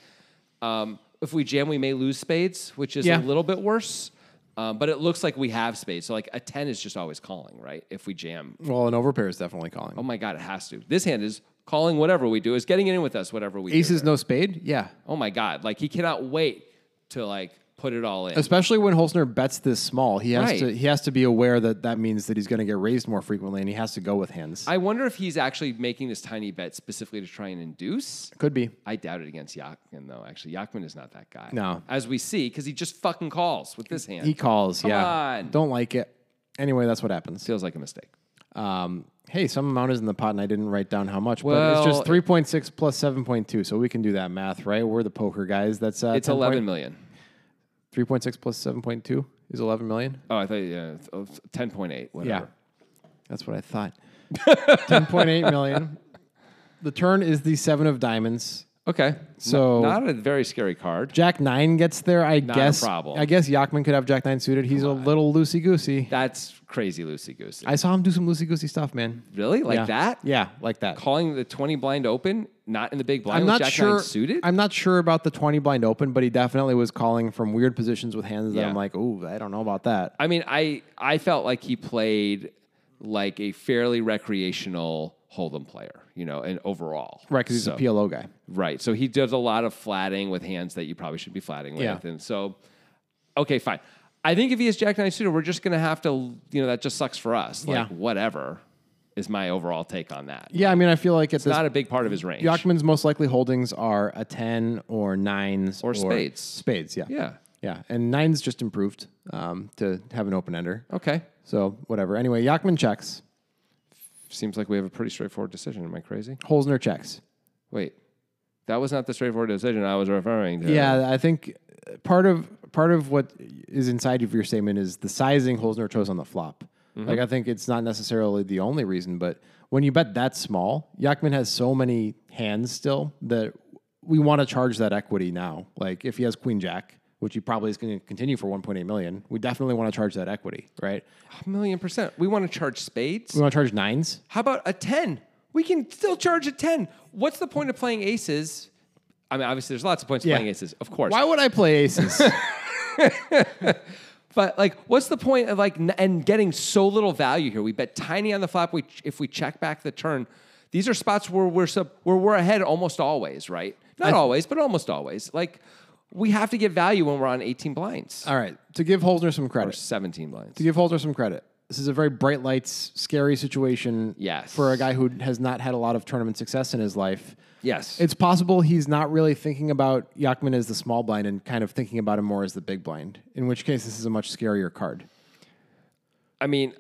Speaker 1: Um, if we jam, we may lose spades, which is
Speaker 2: Yeah.
Speaker 1: a little bit worse. Um, but it looks like we have spades. So like a ten is just always calling, right? If we jam,
Speaker 2: Well, an overpair is definitely calling.
Speaker 1: oh my god, it has to. This hand is calling. Whatever we do is getting it in with us. Whatever we do.
Speaker 2: Aces, no spade. Yeah,
Speaker 1: Oh my god, like he cannot wait to like put it all in.
Speaker 2: especially when Holzner bets this small, he has
Speaker 1: Right.
Speaker 2: to he has to be aware that that means that he's going to get raised more frequently, and he has to go with hands.
Speaker 1: I wonder if he's actually making this tiny bet specifically to try and induce.
Speaker 2: Could be.
Speaker 1: I doubt it against Yachman though. Actually, Yachman is not that guy.
Speaker 2: No.
Speaker 1: as we see, because he just fucking calls with this hand.
Speaker 2: He calls.
Speaker 1: Come
Speaker 2: yeah,
Speaker 1: on.
Speaker 2: don't like it. Anyway, that's what happens.
Speaker 1: feels like a mistake.
Speaker 2: Um, hey, some amount is in the pot, and I didn't write down how much, but
Speaker 1: Well,
Speaker 2: it's just three point six plus seven point two, so we can do that math, right? We're the poker guys. That's uh,
Speaker 1: It's eleven million.
Speaker 2: Three point six plus seven point two is eleven million.
Speaker 1: Oh, I thought yeah, ten point eight. Whatever.
Speaker 2: Yeah, that's what I thought. Ten point eight million. The turn is the seven of diamonds.
Speaker 1: Okay.
Speaker 2: So-
Speaker 1: not, not a very scary card.
Speaker 2: Jack nine gets there. I
Speaker 1: Not a
Speaker 2: guess.
Speaker 1: problem.
Speaker 2: I guess Yachman could have Jack nine suited. He's a little loosey goosey.
Speaker 1: That's crazy, loosey goosey.
Speaker 2: I saw him do some loosey goosey stuff, man.
Speaker 1: Really like
Speaker 2: yeah.
Speaker 1: that?
Speaker 2: Yeah, like that.
Speaker 1: Calling the twenty blind open, not in the big blind.
Speaker 2: I'm
Speaker 1: with
Speaker 2: not
Speaker 1: Jack
Speaker 2: sure.
Speaker 1: Nine suited.
Speaker 2: I'm not sure about the twenty blind open, but he definitely was calling from weird positions with hands that
Speaker 1: Yeah.
Speaker 2: I'm like, oh, I don't know about that.
Speaker 1: I mean, I I felt like he played like a fairly recreational hold'em player, you know, and overall.
Speaker 2: Right, because he's
Speaker 1: so,
Speaker 2: a PLO guy.
Speaker 1: Right. So he does a lot of flatting with hands that you probably shouldn't be flatting with.
Speaker 2: Yeah.
Speaker 1: And so okay, fine. I think if he has Jack Nine suited, we're just gonna have to you know, that just sucks for us. Like
Speaker 2: Yeah.
Speaker 1: whatever is my overall take on that.
Speaker 2: Yeah, I mean, I feel like at this
Speaker 1: Not a big part of his range.
Speaker 2: Yachman's most likely holdings are a 10 or nines
Speaker 1: Or spades.
Speaker 2: Spades, yeah.
Speaker 1: Yeah.
Speaker 2: Yeah. And nines just improved um, to have an open ender.
Speaker 1: Okay.
Speaker 2: So, whatever. Anyway, Yachman checks.
Speaker 1: Seems like we have a pretty straightforward decision. Am I crazy?
Speaker 2: Holzner checks.
Speaker 1: Wait. That was not the straightforward decision I was referring to.
Speaker 2: Yeah, I think part of part of what is inside of your statement is the sizing Holzner chose on the flop. Like, I think it's not necessarily the only reason, but when you bet that small, Yachman has so many hands still that we want to charge that equity now. Like, if he has Queen Jack, which he probably is going to continue for 1.8 million, we definitely want to charge that equity, right?
Speaker 1: A million percent. We want to charge spades.
Speaker 2: We want to charge nines.
Speaker 1: How about a 10? We can still charge a 10. What's the point of playing aces? I mean, obviously, there's lots of points to
Speaker 2: Yeah.
Speaker 1: playing aces, of course.
Speaker 2: Why would I play aces?
Speaker 1: But like, what's the point of like n- and getting so little value here? We bet tiny on the flop. We if we check back the turn, these are spots where we're sub, where we're ahead almost always, right? Not always, but almost always. Like, we have to get value when we're on 18 blinds
Speaker 2: All right, to give Holzner some
Speaker 1: or
Speaker 2: credit.
Speaker 1: 17 blinds.
Speaker 2: to give Holzer some credit. This is a very bright lights, scary situation
Speaker 1: Yes.
Speaker 2: for a guy who has not had a lot of tournament success in his life.
Speaker 1: Yes,
Speaker 2: It's possible he's not really thinking about Yachman as the small blind and kind of thinking about him more as the big blind, in which case this is a much scarier card.
Speaker 1: I mean,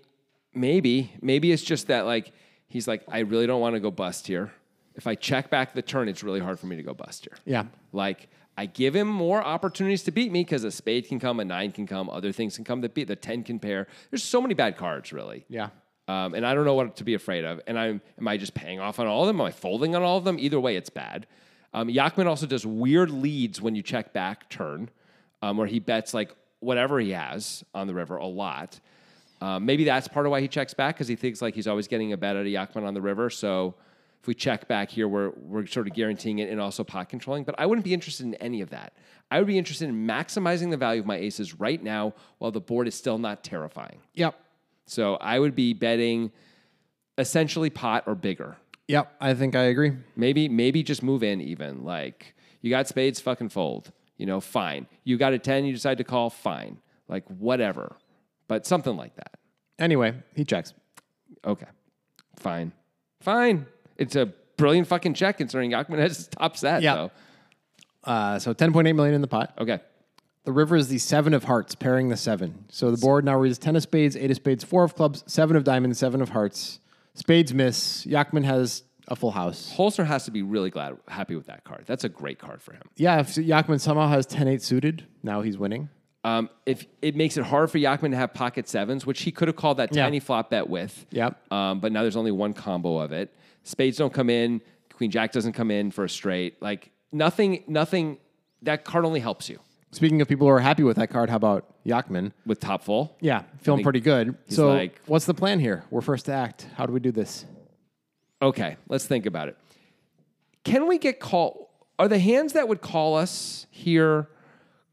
Speaker 1: maybe, maybe it's just that like he's like, I really don't want to go bust here. If I check back the turn, it's really hard for me to go bust here.
Speaker 2: Yeah.
Speaker 1: Like I give him more opportunities to beat me because a spade can come, a nine can come, other things can come that beat the ten can pair. There's so many bad cards, really.
Speaker 2: Yeah.
Speaker 1: Um, and I don't know what to be afraid of. And I'm am I just paying off on all of them? Am I folding on all of them? Either way, it's bad. Um, Yachman also does weird leads when you check back turn, um, where he bets like whatever he has on the river a lot. Um, maybe that's part of why he checks back because he thinks like he's always getting a bet out of Yachman on the river. So if we check back here, we're we're sort of guaranteeing it and also pot controlling. But I wouldn't be interested in any of that. I would be interested in maximizing the value of my aces right now while the board is still not terrifying.
Speaker 2: Yep.
Speaker 1: So I would be betting essentially pot or bigger.
Speaker 2: Yep. I think I agree.
Speaker 1: Maybe maybe just move in even. Like you got spades, fucking fold. You know, fine. You got a ten, you decide to call, fine. Like whatever, but something like that.
Speaker 2: Anyway, he checks.
Speaker 1: Okay, fine, fine. It's a brilliant fucking check considering Yachman has his top set.
Speaker 2: Yeah.
Speaker 1: though.
Speaker 2: Uh, so 10.8 million in the pot.
Speaker 1: Okay.
Speaker 2: The river is the seven of hearts, pairing the seven. So the board now reads ten of spades, eight of spades, four of clubs, seven of diamonds, seven of hearts. Spades miss. Yachman has a full house.
Speaker 1: Holzner has to be really glad, happy with that card. That's a great card for him.
Speaker 2: Yeah, if Yachman somehow has 10 8 suited, now he's winning.
Speaker 1: Um, if it makes it hard for Yachman to have pocket sevens, which he could have called that
Speaker 2: Yeah.
Speaker 1: tiny flop bet with.
Speaker 2: Yep.
Speaker 1: Um, but now there's only one combo of it. Spades don't come in. Queen Jack doesn't come in for a straight. Like nothing, nothing. That card only helps you
Speaker 2: Speaking of people who are happy with that card, how about Yachman?
Speaker 1: with top full.
Speaker 2: Yeah, feeling pretty good. So,
Speaker 1: like-
Speaker 2: what's the plan here? We're first to act. How do we do this?
Speaker 1: Okay, let's think about it. Can we get call? Are the hands that would call us here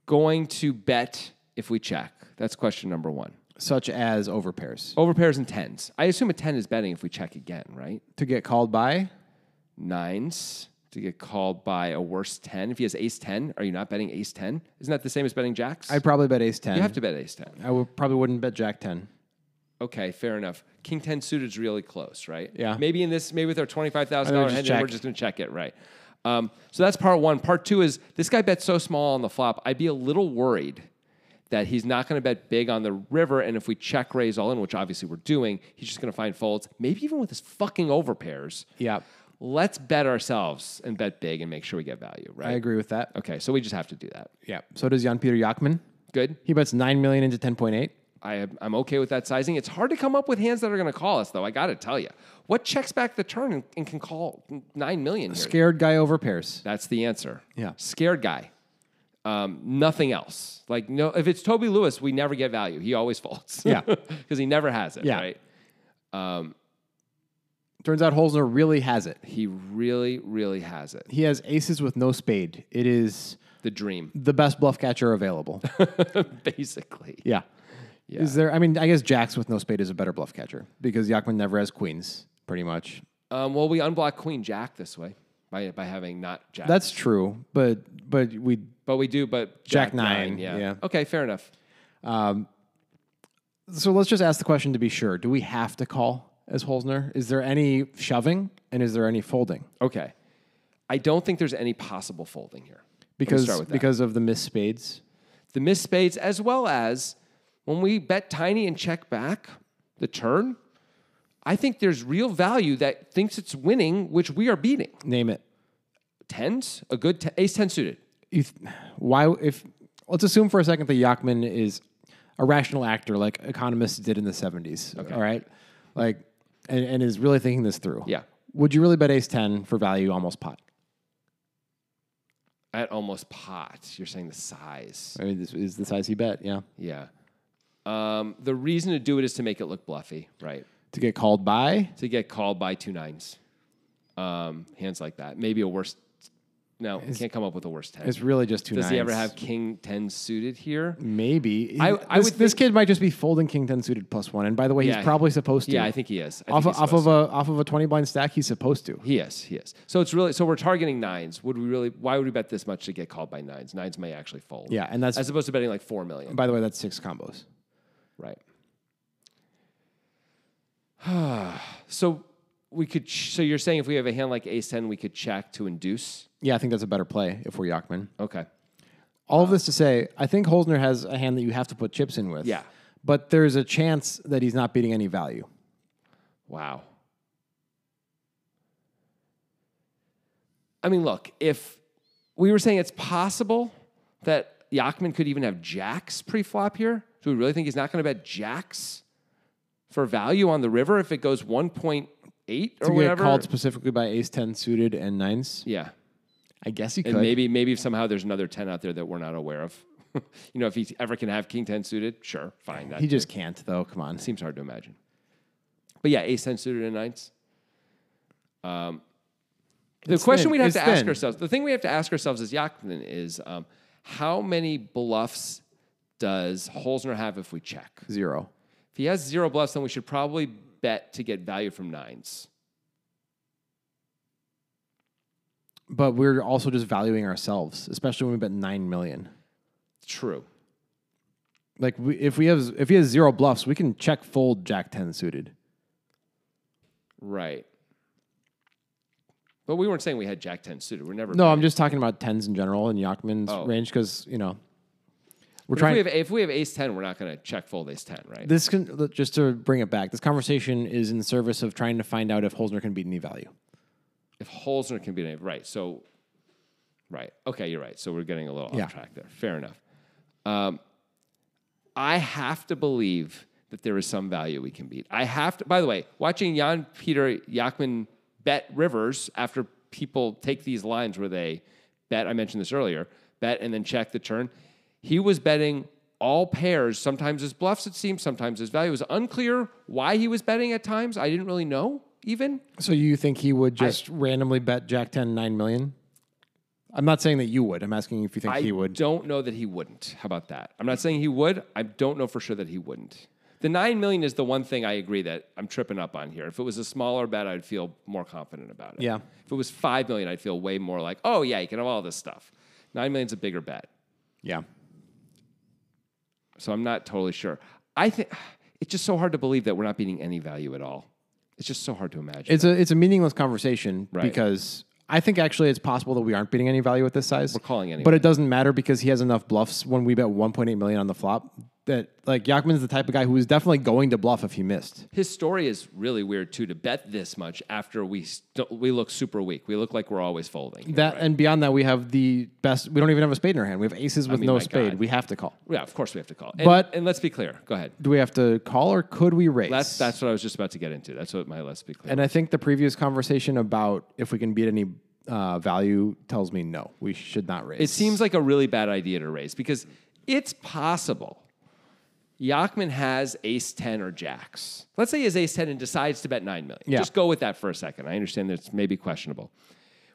Speaker 1: going to bet if we check? That's question number one.
Speaker 2: such as overpairs.
Speaker 1: Over pairs and tens. I assume a ten is betting if we check again, right?
Speaker 2: To get called by?
Speaker 1: Nines to get called by a worse ten. If he has ace ten, are you not betting ace ten? Isn't that the same as betting jacks?
Speaker 2: I'd probably bet ace 10.
Speaker 1: you have to bet ace ten.
Speaker 2: I would, probably wouldn't bet jack 10.
Speaker 1: Okay, fair enough. King ten suited's really close, right?
Speaker 2: Yeah.
Speaker 1: Maybe in this, maybe with our twenty five thousand
Speaker 2: I
Speaker 1: dollar
Speaker 2: think we
Speaker 1: hand,
Speaker 2: just
Speaker 1: in, we're
Speaker 2: check.
Speaker 1: just gonna check it, right? Um, so that's part one. Part two is this guy bet so small on the flop. I'd be a little worried that he's not gonna bet big on the river, and if we check raise all in, which obviously we're doing, he's just gonna find folds. Maybe even with his fucking overpairs.
Speaker 2: Yeah,
Speaker 1: Let's bet ourselves and bet big and make sure we get value, right?
Speaker 2: I agree with that.
Speaker 1: Okay, so we just have to do that.
Speaker 2: Yeah. So does Jan Peter Jakman.
Speaker 1: Good.
Speaker 2: He bets 9 million into 10.8.
Speaker 1: I, I'm okay with that sizing. It's hard to come up with hands that are going to call us, though. I got to tell you, what checks back the turn and, and can call nine million? Here?
Speaker 2: Scared guy overpairs.
Speaker 1: That's the answer.
Speaker 2: Yeah.
Speaker 1: scared guy. Um, nothing else. Like no, if it's Toby Lewis, we never get value. He always folds.
Speaker 2: Yeah.
Speaker 1: because he never has it.
Speaker 2: Yeah.
Speaker 1: right.
Speaker 2: Turns out Holzner really has it.
Speaker 1: He really, really has it.
Speaker 2: He has aces with no spade. It is
Speaker 1: The dream,
Speaker 2: the best bluff catcher available.
Speaker 1: basically.
Speaker 2: yeah. Is there, I mean, I guess jacks with no spade is a better bluff catcher because Jakman never has queens, pretty much.
Speaker 1: Um, well, we unblock Queen Jack this way by by having not Jack.
Speaker 2: That's true, but but we
Speaker 1: but we do. But
Speaker 2: Jack
Speaker 1: Jack,
Speaker 2: nine,
Speaker 1: Yeah.
Speaker 2: yeah.
Speaker 1: Okay. Fair enough.
Speaker 2: so let's just ask the question to be sure. Do we have to call as Holzner? Is there any shoving and is there any folding?
Speaker 1: Okay. I don't think there's any possible folding here. Let me
Speaker 2: Because
Speaker 1: start with that.
Speaker 2: because of the missed spades.
Speaker 1: the missed spades, as well as when we bet tiny and check back the turn, I think there's real value that thinks it's winning, which we are beating.
Speaker 2: Name it.
Speaker 1: Tens, a good t- ace ten suited.
Speaker 2: You th- why if let's assume for a second that Yachman is a rational actor like economists did in the 70s. All right. Like and, and is really thinking this through.
Speaker 1: Yeah.
Speaker 2: Would you really bet ace 10 for value almost pot?
Speaker 1: At almost pot, you're saying the size.
Speaker 2: I mean, this is the size he bet, yeah.
Speaker 1: Yeah. Um, the reason to do it is to make it look bluffy, right?
Speaker 2: To get called by?
Speaker 1: To get called by two nines, um, hands like that. Maybe a worse. No, can't come up with a worse ten.
Speaker 2: It's really just two
Speaker 1: Does he ever
Speaker 2: nines.
Speaker 1: have king ten suited here?
Speaker 2: Maybe.
Speaker 1: I-
Speaker 2: this,
Speaker 1: I would
Speaker 2: this
Speaker 1: think-
Speaker 2: kid might just be folding king ten suited plus one. And by the way,
Speaker 1: Yeah.
Speaker 2: he's probably supposed to.
Speaker 1: Yeah, I think he is. I
Speaker 2: off,
Speaker 1: think
Speaker 2: of
Speaker 1: he's
Speaker 2: off
Speaker 1: supposed
Speaker 2: of a off of a twenty blind stack, he's supposed to.
Speaker 1: to. he is. He is. So it's really so we're targeting nines. Would we really? Why would we bet this much to get called by nines? Nines may actually fold.
Speaker 2: Yeah, and that's
Speaker 1: as opposed to betting like four million.
Speaker 2: by the way, that's six combos.
Speaker 1: right. so we could. Ch- so you're saying if we have a hand like ace ten, we could check to induce.
Speaker 2: Yeah, I think that's a better play if we're Yachman.
Speaker 1: Okay. Uh,
Speaker 2: All of this to say, I think Holzner has a hand that you have to put chips in with.
Speaker 1: Yeah.
Speaker 2: But there's a chance that he's not beating any value.
Speaker 1: Wow. I mean, look, if we were saying it's possible that Yachman could even have jacks pre-flop here, do we really think he's not going to bet jacks for value on the river if it goes 1.8 or
Speaker 2: To get
Speaker 1: whatever?
Speaker 2: called specifically by ace ten suited and nines.
Speaker 1: yeah.
Speaker 2: I guess he could.
Speaker 1: And maybe maybe somehow there's another 10 out there that we're not aware of. you know, if he ever can have king 10 suited, sure, fine. That
Speaker 2: he just can't though. Come on.
Speaker 1: Seems hard to imagine. But yeah, ace ten suited and nines. Um, the
Speaker 2: It's
Speaker 1: question
Speaker 2: thin.
Speaker 1: we'd have
Speaker 2: It's
Speaker 1: to ask
Speaker 2: thin.
Speaker 1: ourselves, the thing we have to ask ourselves as Yachtman is um, how many bluffs does Holzner have if we check?
Speaker 2: Zero.
Speaker 1: If he has zero bluffs, then we should probably bet to get value from nines.
Speaker 2: But we're also just valuing ourselves, especially when we bet nine million.
Speaker 1: True.
Speaker 2: Like we, if we have if he has zero bluffs, we can check fold Jack ten suited.
Speaker 1: Right. But we weren't saying we had Jack 10 suited. We're never.
Speaker 2: No, I'm just talking about tens in general and Yachman's
Speaker 1: Oh.
Speaker 2: range because you know
Speaker 1: If we,
Speaker 2: we're trying.
Speaker 1: have, if we have ace 10, we're not going to check fold ace 10, right?
Speaker 2: this can just to bring it back. This conversation is in service of trying to find out if Holzner can beat any value.
Speaker 1: if Holzner can be named, right? So, right? Okay, you're right. So we're getting a little
Speaker 2: Yeah.
Speaker 1: off track there. Fair enough. Um, I have to believe that there is some value we can beat. I have to. By the way, watching Jan Peter Yachman bet Rivers after people take these lines where they bet. I mentioned this earlier. Bet and then check the turn. He was betting all pairs, sometimes as bluffs, it seemed, sometimes as value. It was unclear why he was betting at times. I didn't really know. even.
Speaker 2: So you think he would just randomly bet Jack 10 9 million? I'm not saying that you would. I'm asking if you think
Speaker 1: I
Speaker 2: he would.
Speaker 1: don't know that he wouldn't. How about that? I'm not saying he would. I don't know for sure that he wouldn't. The nine million is the one thing I agree that I'm tripping up on here. If it was a smaller bet, I'd feel more confident about it.
Speaker 2: Yeah.
Speaker 1: If it was five million, I'd feel way more like, oh yeah, you can have all this stuff. Nine million's a bigger bet.
Speaker 2: Yeah.
Speaker 1: So I'm not totally sure. I think it's just so hard to believe that we're not beating any value at all. It's just so hard to imagine.
Speaker 2: It's a it's a meaningless conversation
Speaker 1: Right.
Speaker 2: because I think actually it's possible that we aren't beating any value at this size. We're
Speaker 1: calling anyway.
Speaker 2: But it doesn't matter because he has enough bluffs when we bet 1.8 million on the flop that like Yakman's the type of guy who is definitely going to bluff if he missed.
Speaker 1: His story is really weird too. To bet this much after we st- we look super weak. We look like we're always folding.
Speaker 2: That and beyond that we have the best we don't even have a spade in our hand. We have aces with
Speaker 1: mean,
Speaker 2: no
Speaker 1: my
Speaker 2: spade.
Speaker 1: God.
Speaker 2: We have to call.
Speaker 1: Yeah, of course we have to call. And,
Speaker 2: But-
Speaker 1: and let's be clear. Go ahead.
Speaker 2: Do we have to call or could we raise?
Speaker 1: That's that's what I was just about to get into. That's what my let's be clear.
Speaker 2: And I think the previous conversation about if we can beat any uh, value tells me no, we should not raise.
Speaker 1: it seems like a really bad idea to raise because it's possible Yachman has ace 10 or jacks. Let's say he has ace 10 and decides to bet 9 million.
Speaker 2: Yeah.
Speaker 1: Just go with that for a second. I understand that it's maybe questionable.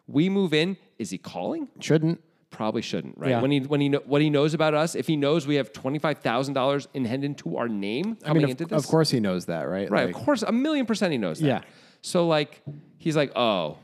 Speaker 1: We move in. Is he calling?
Speaker 2: shouldn't.
Speaker 1: Probably shouldn't, right?
Speaker 2: Yeah.
Speaker 1: When he when he kno- what he knows about us, if he knows we have twenty five thousand dollars in hand into our name coming
Speaker 2: I mean, of,
Speaker 1: into this,
Speaker 2: of course he knows that, right?
Speaker 1: Right,
Speaker 2: Like,
Speaker 1: of course, a million percent he knows that.
Speaker 2: Yeah.
Speaker 1: So like, he's like, oh,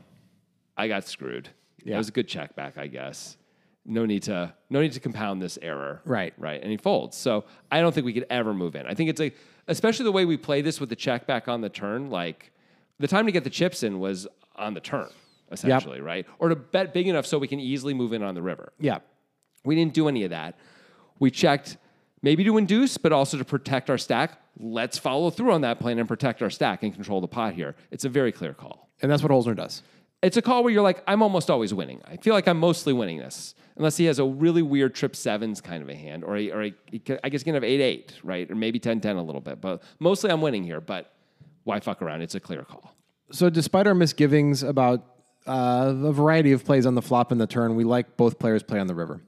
Speaker 1: I got screwed. Yeah.
Speaker 2: Yeah.
Speaker 1: That was a good check back, I guess. No need to, no need to compound this error.
Speaker 2: Right.
Speaker 1: Right. And he folds. So I don't think we could ever move in. I think it's like, especially the way we play this with the check back on the turn. Like, the time to get the chips in was on the turn, essentially, right? Or to bet big enough so we can easily move in on the river.
Speaker 2: Yeah.
Speaker 1: We didn't do any of that. We checked maybe to induce, but also to protect our stack. Let's follow through on that plan and protect our stack and control the pot here. It's a very clear call.
Speaker 2: And that's what Holzner does.
Speaker 1: It's a call where you're like, I'm almost always winning. I feel like I'm mostly winning this, unless he has a really weird trip sevens kind of a hand, or, a, or a, he ca- I guess he can have eight eight, right? Or maybe 10 10 a little bit, but mostly I'm winning here. But why fuck around? It's a clear call.
Speaker 2: So, despite our misgivings about uh, a variety of plays on the flop and the turn, we like both players play on the river.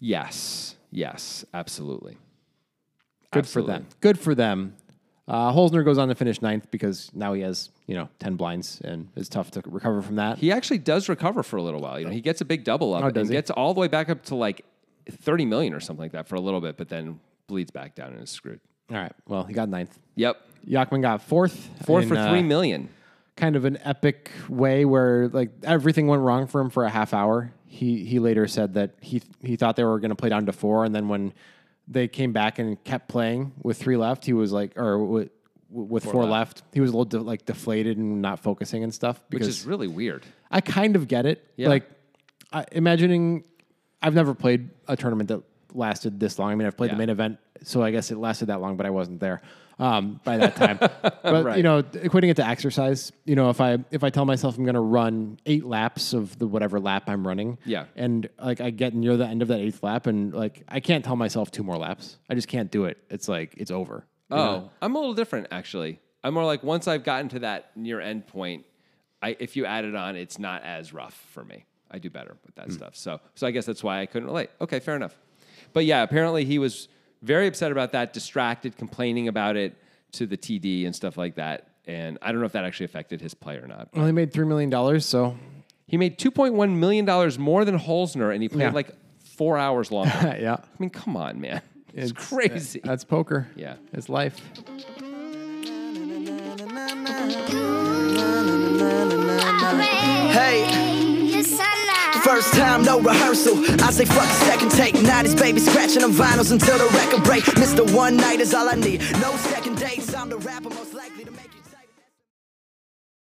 Speaker 1: Yes, yes, absolutely.
Speaker 2: Good
Speaker 1: Absolutely.
Speaker 2: for them. Good for them. Uh, Holzner goes on to finish ninth because now he has you know ten blinds and it's tough to recover from that.
Speaker 1: He actually does recover for a little while. You know, he gets a big double up
Speaker 2: Oh, does
Speaker 1: and
Speaker 2: he?
Speaker 1: gets all the way back up to like 30 million or something like that for a little bit, but then bleeds back down and is screwed.
Speaker 2: All right. Well, he got ninth.
Speaker 1: Yep.
Speaker 2: Yachman got fourth.
Speaker 1: Four
Speaker 2: in,
Speaker 1: for
Speaker 2: uh,
Speaker 1: three million.
Speaker 2: kind of an epic way where like everything went wrong for him for a half hour. He he later said that he he thought they were going to play down to four, and then when they came back and kept playing with three left, he was like, or with, with four, left. he was a little de- like deflated and not focusing and stuff.
Speaker 1: which
Speaker 2: Because
Speaker 1: is really weird.
Speaker 2: I kind of get it. Like I, imagining, I've never played a tournament that lasted this long. I mean, I've played
Speaker 1: Yeah.
Speaker 2: the main event, so I guess it lasted that long, but I wasn't there um, by that time. but you know, equating it to exercise, you know, if I if I tell myself I'm going to run eight laps of the whatever lap I'm running,
Speaker 1: Yeah.
Speaker 2: and like I get near the end of that eighth lap, and like I can't tell myself two more laps. I just can't do it. It's like it's over. you
Speaker 1: Oh,
Speaker 2: know?
Speaker 1: I'm a little different actually. I'm more like once I've gotten to that near end point, I, if you add it on, it's not as rough for me. I do better with
Speaker 2: Hmm.
Speaker 1: that stuff. So, so I guess that's why I couldn't relate. Okay, fair enough. But yeah, apparently he was very upset about that, distracted, complaining about it to the TD and stuff like that. And I don't know if that actually affected his play or not.
Speaker 2: Well, he made three million dollars, so
Speaker 1: He made 2.1 million dollars more than Holzner, and he played
Speaker 2: Yeah.
Speaker 1: like four hours longer. I
Speaker 2: yeah.
Speaker 1: mean, come on, man. It's,
Speaker 2: It's- uh,
Speaker 1: crazy.
Speaker 2: That's poker.
Speaker 1: Yeah.
Speaker 2: It's life.
Speaker 3: Hey.
Speaker 4: First time, no rehearsal. I say fuck second take. 90s baby scratching on vinyls until the record break. Mr. One Night is all I need. No second dates. I'm the rapper most.